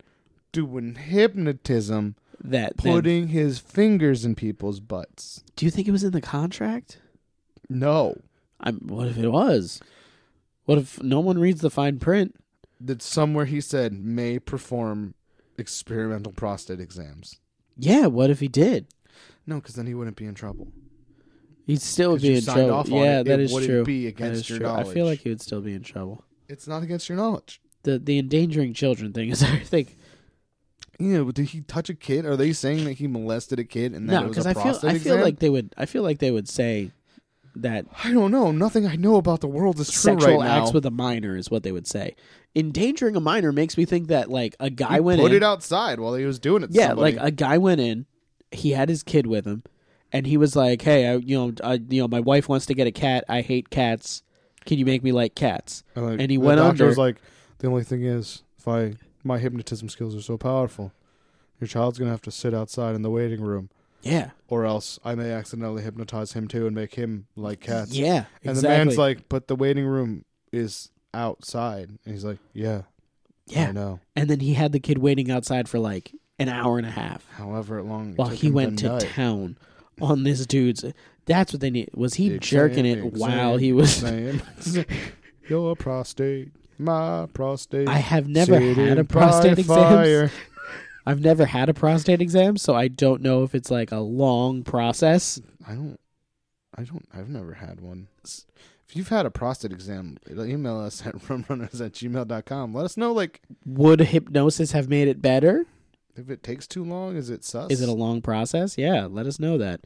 S3: doing hypnotism,
S2: that then-
S3: putting his fingers in people's butts.
S2: do you think it was in the contract?
S3: No,
S2: I'm, what if it was? What if no one reads the fine print?
S3: that somewhere he said may perform experimental prostate exams.
S2: Yeah, what if he did?
S3: No, because then he wouldn't be in trouble.
S2: He'd still
S3: 'Cause
S2: be
S3: you
S2: in
S3: signed
S2: trouble.
S3: off on
S2: yeah,
S3: it.
S2: that
S3: It
S2: is
S3: wouldn't
S2: true.
S3: be
S2: That
S3: against
S2: is
S3: your
S2: true. I feel
S3: knowledge.
S2: like he would still be in trouble.
S3: It's not against your knowledge.
S2: The the endangering children thing is, I think,
S3: You know, did he touch a kid? Are they saying that he molested a kid and that
S2: no,
S3: it was
S2: because
S3: a
S2: I feel
S3: prostate
S2: I feel
S3: exam?
S2: like they would I feel like they would say that
S3: I don't know. Nothing I know about the world is true
S2: sexual
S3: right
S2: acts
S3: now.
S2: with a minor is what they would say. Endangering a minor makes me think that like a guy
S3: He
S2: went
S3: put
S2: in,
S3: it outside while he was doing it. to
S2: yeah,
S3: somebody.
S2: like a guy went in, he had his kid with him, and he was like, "Hey, I, you know, I, you know, my wife wants to get a cat. I hate cats. Can you make me like cats?"
S3: And, like,
S2: uh, and he
S3: the
S2: went
S3: doctor
S2: under.
S3: was like, the only thing is, if I my hypnotism skills are so powerful, your child's gonna have to sit outside in the waiting room,
S2: yeah,
S3: or else I may accidentally hypnotize him too and make him like cats.
S2: yeah, exactly.
S3: And the man's like, but the waiting room is outside, and he's like, yeah, I
S2: yeah,
S3: know.
S2: and then he had the kid waiting outside for like an hour and a half.
S3: however long. it
S2: while
S3: took
S2: he
S3: him
S2: went to
S3: nut.
S2: town on this dude's. That's what they need. Was he
S3: Exam,
S2: jerking it
S3: exam,
S2: while he was?
S3: exam. Your prostate, my prostate.
S2: I have never
S3: sit
S2: had a
S3: in
S2: prostate
S3: my
S2: exam.
S3: fire.
S2: I've never had a prostate exam, so I don't know if it's like a long process.
S3: I don't. I don't. I've never had one. If you've had a prostate exam, it'll email us at rumrunners at gmail.com. Let us know, like,
S2: Would hypnosis have made it better?
S3: if it takes too long, is it sus?
S2: Is it a long process? Yeah, let us know that.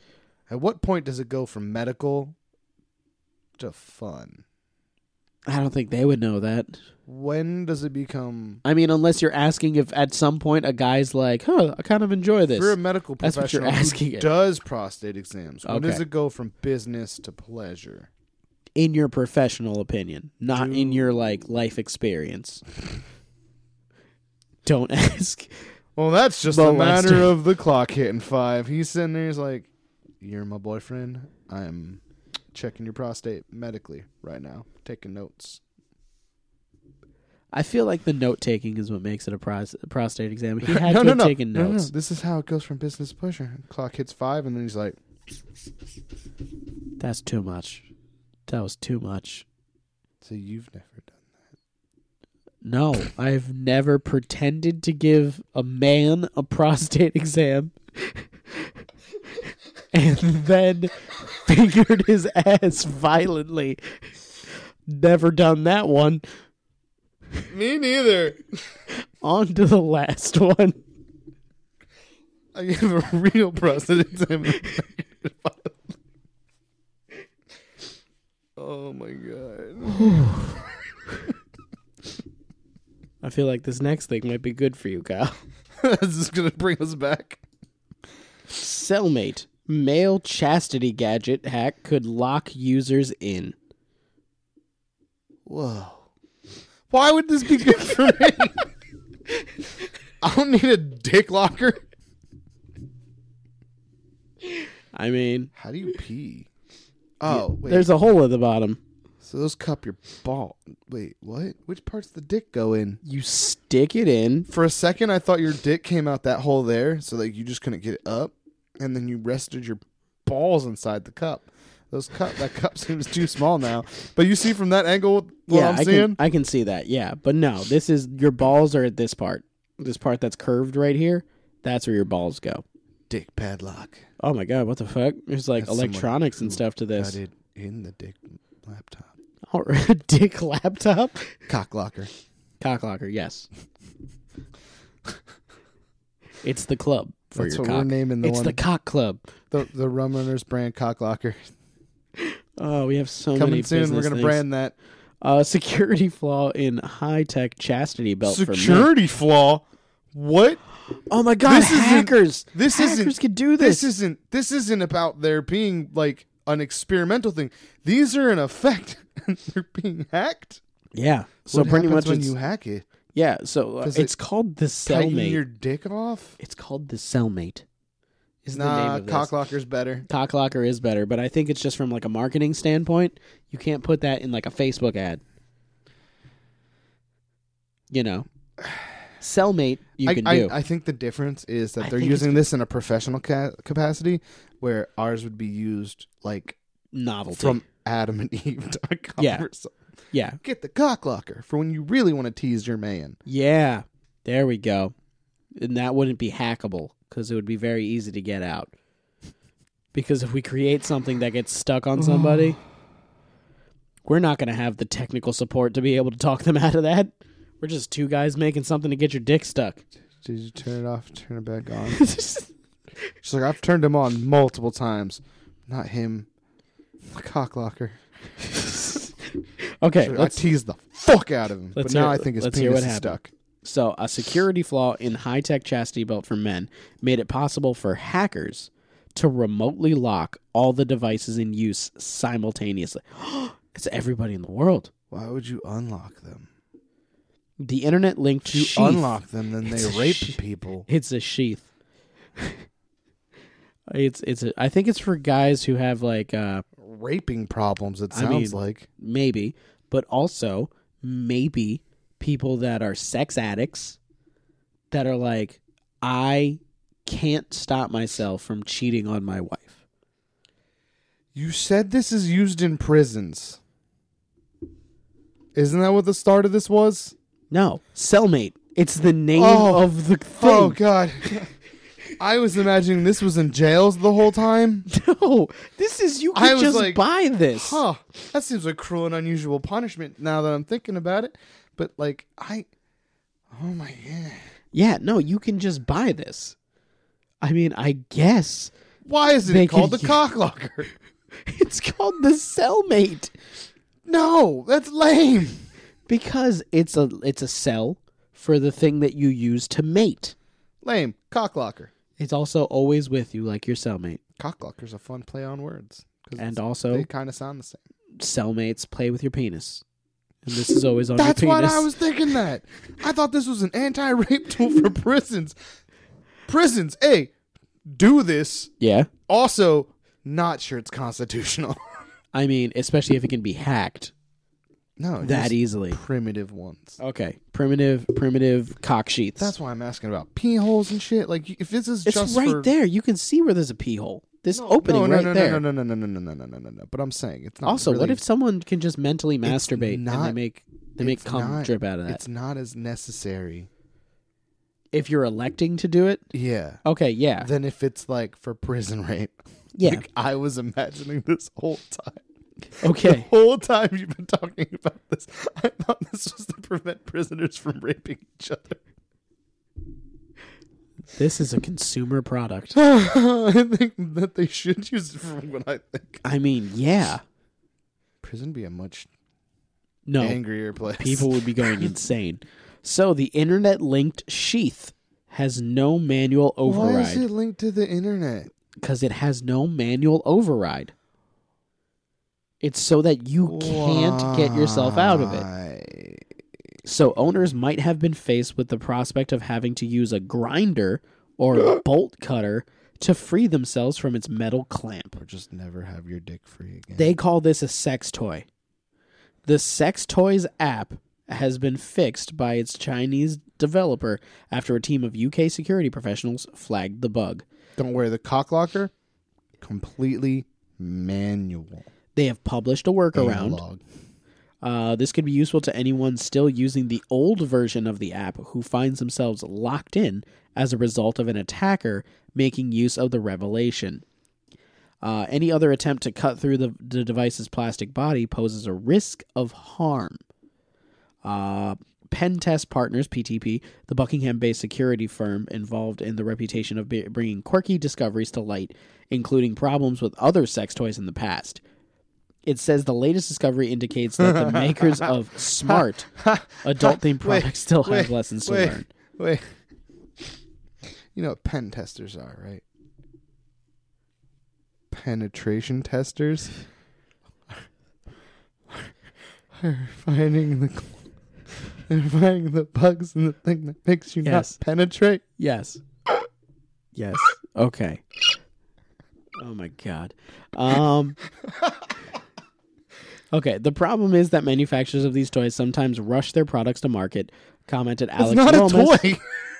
S3: at what point does it go from medical to fun?
S2: I don't think they would know that.
S3: When does it become
S2: I mean, unless you're asking if at some point a guy's like, "Huh, I kind of enjoy
S3: If you're
S2: this."
S3: a medical
S2: That's what you're
S3: professional who
S2: asking it.
S3: does prostate exams, when does
S2: Okay.
S3: it go from business to pleasure?
S2: In your professional opinion, not in
S3: Do-
S2: your like life experience. don't ask.
S3: Well, that's just
S2: Well,
S3: a matter
S2: Lester-
S3: of the clock hitting five. He's sitting there, he's like, "You're my boyfriend. I'm checking your prostate medically right now, taking notes."
S2: I feel like the note taking is what makes it a pros- prostate exam. He had to have taken
S3: no, no,
S2: notes.
S3: This is how it goes from business to pleasure. Clock hits five, and then he's like,
S2: That's too much. That was too much.
S3: "So you've never done."
S2: No, I've never pretended to give a man a prostate exam and then fingered his ass violently. Never done that one.
S3: Me neither.
S2: On to the last one.
S3: I gave a real prostate exam. oh my god.
S2: I feel like this next thing might be good for you, Kyle.
S3: this is gonna bring us back.
S2: Cellmate, male chastity gadget hack could lock users in.
S3: Whoa. Why would this be good for me? I don't need a dick locker.
S2: I mean,
S3: How do you pee? Oh, wait.
S2: there's a hole at the bottom.
S3: So those cup your ball. Wait, what? Which parts the dick go in?
S2: You stick it in.
S3: For a second, I thought your dick came out that hole there, so like you just couldn't get it up, and then you rested your balls inside the cup. Those cup that cup seems too small now, but you see from that angle what
S2: yeah,
S3: I'm
S2: I
S3: seeing.
S2: can I can see that. Yeah, but no, this is your balls are at this part. This part that's curved right here. That's where your balls go.
S3: Dick padlock.
S2: Oh my god, what the fuck? There's like
S3: That's someone
S2: electronics and
S3: who
S2: stuff to
S3: Got
S2: this.
S3: it in the dick laptop.
S2: Or a dick laptop.
S3: Cock locker.
S2: Cock locker, yes. it's the club for
S3: That's
S2: your
S3: what we're
S2: cock.
S3: naming the
S2: It's
S3: one.
S2: the cock club.
S3: the the Rum Runners brand cock locker.
S2: Oh, we have so many
S3: Coming soon. We're
S2: business
S3: gonna
S2: things.
S3: brand that
S2: uh, security flaw in high tech chastity belt Oh, for men.
S3: security flaw. What?
S2: Oh my god,
S3: This isn't-
S2: hackers!
S3: this
S2: hackers
S3: isn't-
S2: could do this.
S3: This isn't this isn't about there being like an experimental thing. These are in effect. They're being hacked.
S2: yeah. So
S3: what
S2: pretty
S3: happens
S2: much,
S3: when
S2: it's-
S3: you hack it,
S2: yeah. So uh,
S3: Does it
S2: it's called the
S3: tighten
S2: cellmate.
S3: your dick off.
S2: It's called the cellmate. Is the name
S3: nah,
S2: of this.
S3: cock locker's better.
S2: Cock locker is better, but I think it's just from like a marketing standpoint. You can't put that in like a Facebook ad. You know, cellmate you
S3: I,
S2: can
S3: I,
S2: do.
S3: I think the difference is
S2: I
S3: that they're
S2: think it's-
S3: using this in a professional ca- capacity, where ours would be used like
S2: Novelty.
S3: from Adam and Eve.com.
S2: Yeah.
S3: or something.
S2: yeah,
S3: Get the cock locker for when you really want to tease your man.
S2: yeah. There we go. And that wouldn't be hackable because it would be very easy to get out. Because if we create something that gets stuck on somebody, we're not going to have the technical support to be able to talk them out of that. We're just two guys making something to get your dick stuck.
S3: Did you turn it off? Turn it back on. She's like, I've turned him on multiple times. Not him. The cock locker.
S2: okay,
S3: She's like, I
S2: let's
S3: teased the fuck out of him. But
S2: let's hear-
S3: now I think his
S2: let's
S3: penis
S2: hear what
S3: is
S2: happened.
S3: stuck.
S2: So, a security flaw in high tech chastity belt for men made it possible for hackers to remotely lock all the devices in use simultaneously. it's everybody in the world.
S3: Why would you unlock them?
S2: The internet linked
S3: If you
S2: sheath.
S3: unlock them, then they
S2: It's a
S3: rape
S2: sheath.
S3: people.
S2: It's a sheath. it's it's a, I think it's for guys who have like uh
S3: Raping problems, it
S2: I
S3: sounds
S2: mean-
S3: like.
S2: maybe, but also maybe people that are sex addicts that are like, I can't stop myself from cheating on my wife.
S3: You said this is used in prisons. Isn't that what the start of this was?
S2: No, cellmate. It's the name
S3: Oh.
S2: of the thing.
S3: Oh, God. I was imagining this was in jails the whole time.
S2: no, this is you
S3: I
S2: could
S3: was
S2: just
S3: like,
S2: buy this.
S3: Huh. That seems like cruel and unusual punishment now that I'm thinking about it. But like I Oh my god.
S2: Yeah, no, you can just buy this. I mean, I guess
S3: Why is
S2: They
S3: it called
S2: could-
S3: the cock locker?
S2: it's called the cellmate
S3: No, that's lame.
S2: because it's a it's a cell for the thing that you use to mate.
S3: Lame. Cock locker.
S2: It's also always with you, like your cellmate.
S3: Cock locker's a fun play on words. 'cause
S2: And
S3: it's-
S2: also-
S3: they kind of sound the same.
S2: Cellmates play with your penis, and this is always on
S3: That's
S2: your
S3: why
S2: penis.
S3: I was thinking that. I thought this was an anti-rape tool for prisons. Prisons, hey, do this.
S2: yeah,
S3: Also, not sure it's constitutional.
S2: I mean, especially if it can be hacked
S3: no,
S2: that
S3: use
S2: easily.
S3: primitive ones.
S2: Okay, primitive, primitive cock sheets.
S3: That's why I'm asking about pee holes and shit. Like, if this is
S2: it's
S3: just
S2: right
S3: for,
S2: there. You can see where there's a pee hole. This opening
S3: no, no,
S2: right
S3: no,
S2: there.
S3: No, no, no, no, no, no, no, no, no, no, no. But I'm saying it's not.
S2: Also, what
S3: really-
S2: if someone can just mentally masturbate and they
S3: not-
S2: make they make
S3: it's
S2: cum
S3: not-
S2: drip out of that?
S3: It's not as necessary.
S2: If you're electing to do it,
S3: Yeah.
S2: okay, yeah,
S3: Than if it's like for prison rape.
S2: yeah,
S3: Like, I was imagining this whole time. The
S2: okay.
S3: whole time you've been talking about this, I thought this was to prevent prisoners from raping each other.
S2: This is a consumer product.
S3: I think that they should use it from what I think.
S2: I mean, yeah,
S3: Prison be a much
S2: no,
S3: angrier place.
S2: people would be going insane. So the internet linked sheath has no manual
S3: Why is
S2: override
S3: it linked to the internet?
S2: because it has no manual override. It's so that you can't get yourself out of it.
S3: it.
S2: So owners might have been faced with the prospect of having to use a grinder or a bolt cutter to free themselves from its metal clamp.
S3: Or just never have your dick free again.
S2: They call this a sex toy. The Sex Toys app has been fixed by its Chinese developer after a team of UK security professionals flagged the bug.
S3: Don't worry, the cock locker completely manual.
S2: They have published a workaround.
S3: Analog.
S2: Uh, this could be useful to anyone still using the old version of the app who finds themselves locked in as a result of an attacker making use of the revelation. Uh, any other attempt to cut through the, the device's plastic body poses a risk of harm. Uh, Pen Test Partners, PTP, the Buckingham based security firm involved in the reputation of b- bringing quirky discoveries to light, including problems with other sex toys in the past. It says the latest discovery indicates that the makers of smart adult themed
S3: Wait,
S2: products still have
S3: wait,
S2: lessons to
S3: wait.
S2: learn.
S3: Wait. You know what pen testers are, right? Penetration testers are finding the they're finding the bugs in the thing that makes you
S2: Yes.
S3: not penetrate.
S2: Yes. Yes. Okay. Oh my god. Um Okay, the problem is that manufacturers of these toys sometimes rush their products to market, commented Alex
S3: it's not
S2: Romas.
S3: a toy.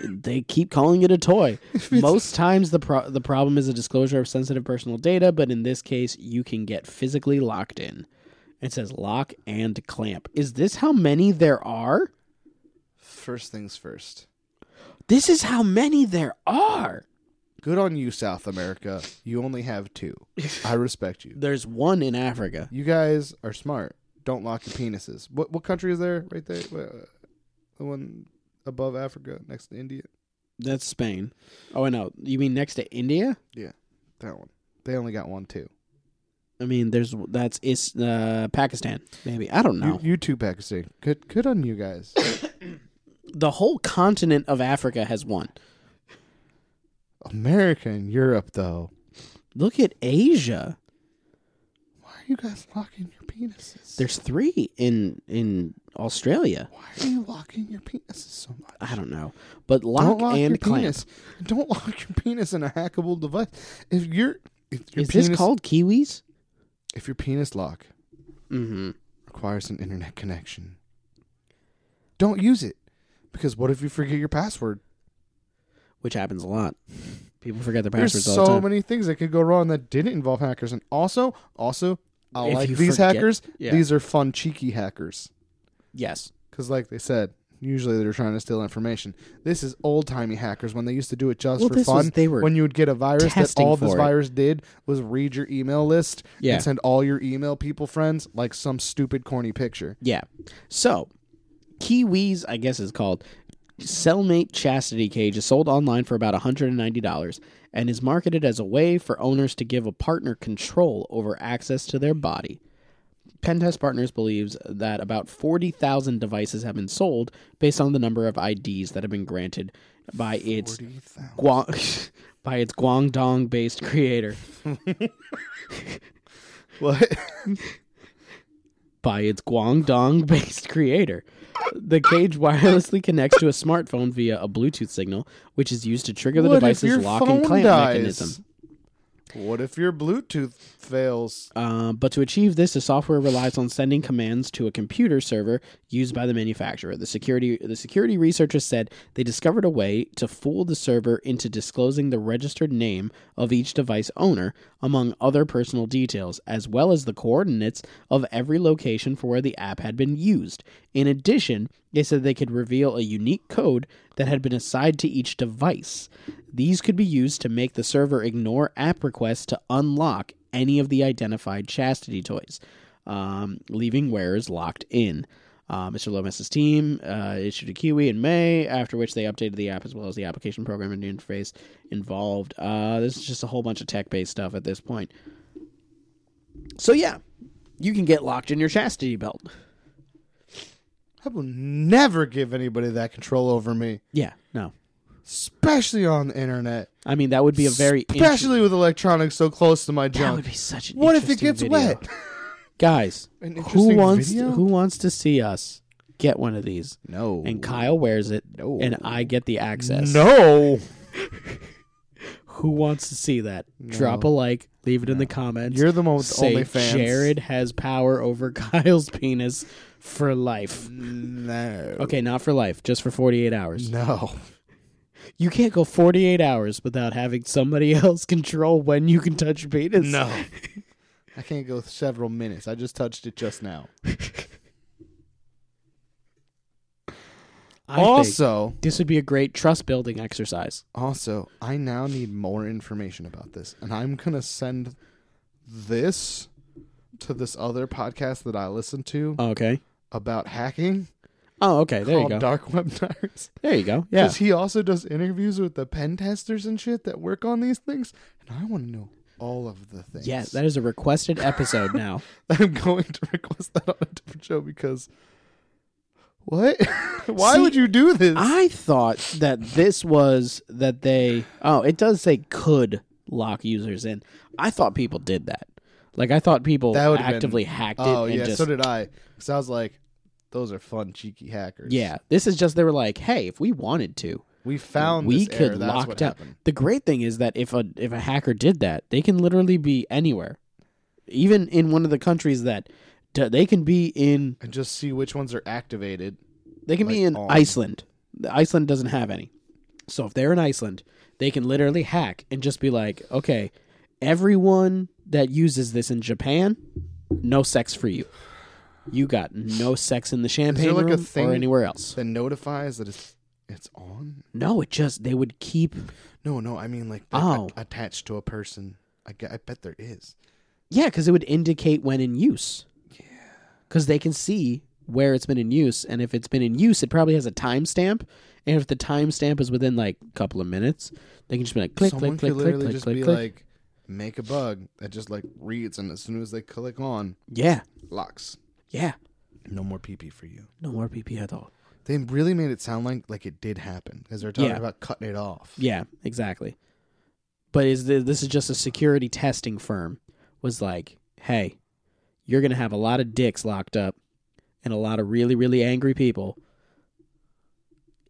S2: They keep calling it a toy. Most times the pro- the problem is a disclosure of sensitive personal data, but in this case you can get physically locked in. It says lock and clamp. Is this how many there are?
S3: First things first.
S2: This is how many there are.
S3: Good on you, South America. You only have two. I respect you.
S2: There's one in Africa.
S3: You guys are smart. Don't lock your penises. What what country is there? Right there, Wha- the one above Africa, next to India.
S2: That's Spain. Oh, I know. You mean next to India?
S3: That one. They only got one too.
S2: I mean, there's that's is uh, Pakistan. Maybe I don't know.
S3: You, you two Pakistan. Good good on you guys.
S2: the whole continent of Africa has one.
S3: America and Europe though.
S2: Look at Asia.
S3: Why are you guys locking your penises?
S2: There's three in in Australia.
S3: Why are you locking your penises so much?
S2: I don't know, but
S3: Don't
S2: lock,
S3: lock your
S2: and clamp.
S3: penis. Don't lock your penis in a hackable device. If you're if your
S2: Is
S3: penis
S2: this called kiwis?
S3: if your penis lock
S2: Mm-hmm.
S3: requires an internet connection. Don't use it because what if you forget your password?
S2: Which happens a lot. People forget their
S3: There's
S2: passwords all the
S3: so
S2: time.
S3: many things that could go wrong that didn't involve hackers, and also, also, I
S2: If
S3: like
S2: you
S3: these
S2: forget-
S3: hackers.
S2: yeah.
S3: These are fun, cheeky hackers
S2: yes,
S3: because, like they said, usually they're trying to steal information. This is old timey hackers when they used to do it just
S2: Well,
S3: for
S2: this was-
S3: fun.
S2: they were
S3: when you would get a virus that
S2: testing
S3: all this
S2: for it.
S3: virus did was read your email list
S2: Yeah.
S3: and send all your email people friends like some stupid corny picture.
S2: Yeah. So, Kiwis, I guess it's called, Cellmate Chastity Cage is sold online for about $190 and is marketed as a way for owners to give a partner control over access to their body. Pentest Partners believes that about 40,000 devices have been sold based on the number of IDs that have been granted by its Guang- by its Guangdong-based creator.
S3: What?
S2: by its Guangdong based creator. The cage wirelessly connects to a smartphone via a Bluetooth signal, which is used to trigger the
S3: what if
S2: device's
S3: your
S2: lock
S3: phone
S2: and clamp
S3: dies?
S2: mechanism.
S3: What if your Bluetooth fails?
S2: Uh, but to achieve this, the software relies on sending commands to a computer server used by the manufacturer. The security the security researchers said they discovered a way to fool the server into disclosing the registered name of each device owner, among other personal details, as well as the coordinates of every location for where the app had been used. In addition, they said they could reveal a unique code that had been assigned to each device. These could be used to make the server ignore app requests to unlock any of the identified chastity toys, um, leaving wearers locked in. Uh, Mr. Lomas's team uh, issued a Kiwi in May, after which they updated the app as well as the application program and the interface involved. Uh, this is just a whole bunch of tech based stuff at this point. So, yeah, you can get locked in your chastity belt.
S3: I will never give anybody that control over me,
S2: Yeah, no.
S3: especially on the internet,
S2: I mean, that would be a very. int-
S3: especially with electronics so close to my
S2: that would
S3: junk.
S2: be such an
S3: What if it
S2: interesting
S3: gets
S2: video.
S3: wet?
S2: Guys,
S3: An
S2: who
S3: interesting
S2: wants
S3: video?
S2: who wants to see us get one of these?
S3: No.
S2: And Kyle wears it,
S3: No.
S2: and I get the access.
S3: No.
S2: Who wants to see that?
S3: No.
S2: Drop a like, leave it in the comments.
S3: You're the one with the
S2: say
S3: OnlyFans.
S2: Jared has power over Kyle's penis for life.
S3: No.
S2: Okay, not for life, just for 48 hours.
S3: No.
S2: You can't go 48 hours without having somebody else control when you can touch your penis.
S3: No. I can't go several minutes. I just touched it just now.
S2: I think
S3: also,
S2: this would be a great trust building exercise.
S3: also, I now need more information about this, and I'm gonna send this to this other podcast that I listen to
S2: Okay.
S3: about hacking
S2: Oh, okay. There you
S3: called
S2: go.
S3: Dark Web Nerds.
S2: There you go. Yeah.
S3: Because he also does interviews with the pen testers and shit that work on these things, and I want to know all of the things.
S2: Yeah, that is a requested episode now.
S3: I'm going to request that on a different show because what? Why
S2: See,
S3: would you do this?
S2: I thought that this was that they. Oh, it does say could lock users in. I thought people did that. Like I thought people
S3: That would've been-
S2: actively hacked it.
S3: oh
S2: and
S3: yeah,
S2: just,
S3: so did I. Because I was like, those are fun cheeky hackers.
S2: yeah. This is just they were like, hey, if we wanted to,
S3: we found
S2: we
S3: this
S2: could
S3: error. That's
S2: lock
S3: what
S2: down.
S3: happened.
S2: The great thing is that if a if a hacker did that, they can literally be anywhere, even in one of the countries that d- they can be in.
S3: And just see which ones are activated.
S2: They can be
S3: Like
S2: in
S3: on-
S2: Iceland. The- Iceland doesn't have any. So if they're in Iceland, they can literally hack and just be like, okay, everyone that uses this in Japan, no sex for you. You got no sex in the champagne
S3: like, a
S2: room
S3: thing-
S2: or anywhere else.
S3: Then notifies that it's it's on.
S2: No, it just they would keep.
S3: No, no, I mean like a-
S2: Oh.
S3: attached to a person. I, gue- I bet there is.
S2: Yeah, because it would indicate when in use. Because they can see where it's been in use, and if it's been in use, it probably has a timestamp. And if the timestamp is within like a couple of minutes, they can just be like click,
S3: Someone
S2: click, click,
S3: could
S2: click,
S3: literally
S2: click,
S3: just
S2: click,
S3: be
S2: click.
S3: like, make a bug that just like reads, and as soon as they click on,
S2: yeah,
S3: locks.
S2: yeah.
S3: No more PP for you.
S2: No more PP at all.
S3: They really made it sound like like it did happen because they're talking
S2: Yeah.
S3: about cutting it off.
S2: Yeah, exactly. But is the, this is just a security testing firm was like, hey, you're gonna have a lot of dicks locked up and a lot of really really angry people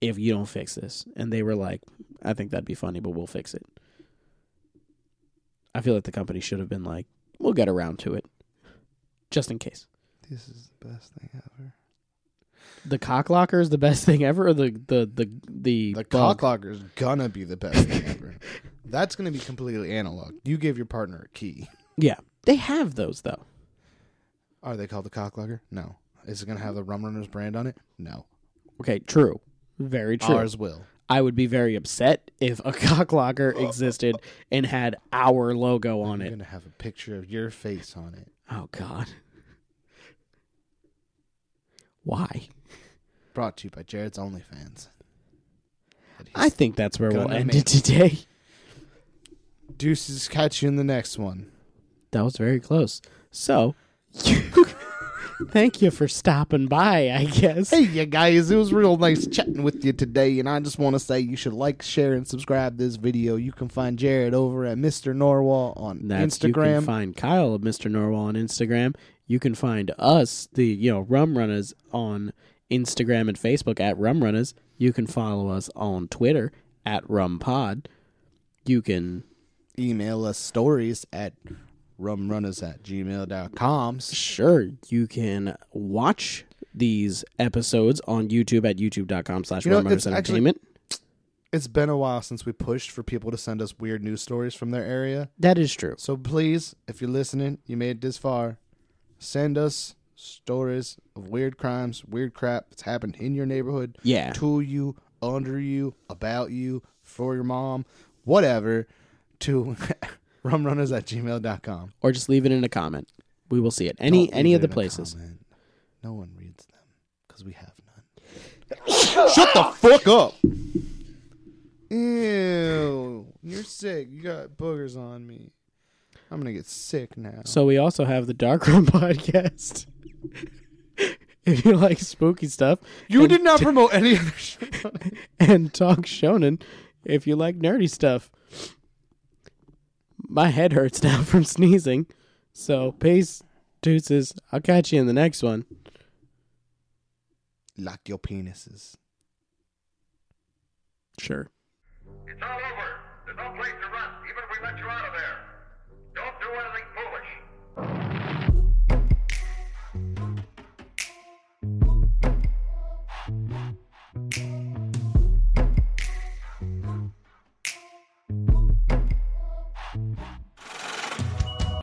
S2: if you don't fix this. And they were like, I think that'd be funny, but we'll fix it. I feel like the company should have been like, we'll get around to it, just in case.
S3: This is the best thing ever.
S2: The cock locker is the best thing ever, or the the the the,
S3: The
S2: bug?
S3: cock locker is gonna be the best thing ever. That's gonna be completely analog. You give your partner a key.
S2: Yeah, they have those though.
S3: Are they called the cock locker? No. Is it gonna have the Rum Runners brand on it? No.
S2: Okay, true. Very true.
S3: Ours will.
S2: I would be very upset if a cock locker existed and had our logo on
S3: You're
S2: it.
S3: gonna have a picture of your face on it.
S2: Oh god. Why?
S3: Brought to you by Jared's OnlyFans. That he's-
S2: I think that's where
S3: Got
S2: we'll
S3: no
S2: end
S3: man.
S2: it today.
S3: Deuces catch you in the next one.
S2: That was very close. So, thank you for stopping by, I guess.
S3: Hey, you guys, it was real nice chatting with you today, and I just want to say you should like, share, and subscribe this video. You can find Jared over at Mr. Norwal on
S2: That's you
S3: Instagram.
S2: can find Kyle of Mr. Norwal on Instagram. You can find us, the you know Rum Runners, on Instagram and Facebook at Rum Runners. You can follow us on Twitter at Rum Pod. You can
S3: Email us stories at rumrunners at gmail.com.
S2: sure you can watch these episodes on YouTube at youtube.com slash
S3: You know,
S2: Rum Runners
S3: it's actually-
S2: Entertainment.
S3: It's been a while since we pushed for people to send us weird news stories from their area.
S2: That is true.
S3: So please, if you're listening, you made it this far, send us stories of weird crimes, weird crap that's happened in your neighborhood.
S2: Yeah.
S3: to you, under you, about you, for your mom, whatever, to rumrunners at gmail.com.
S2: Or just leave it in a comment. We will see it. Any any of the places.
S3: No one reads them because we have none. Shut the fuck up! Ew. You're sick. You got boogers on me. I'm going to get sick now.
S2: So we also have the Dark Room podcast. if you like spooky stuff,
S3: you
S2: and-
S3: did not promote any other shit.
S2: and talk shonen if you like nerdy stuff. My head hurts now from sneezing. So, peace, deuces. I'll catch you in the next one.
S3: Lock your penises.
S2: Sure.
S1: It's all over. There's no no place to run, even if we let you out of there. Don't do anything foolish.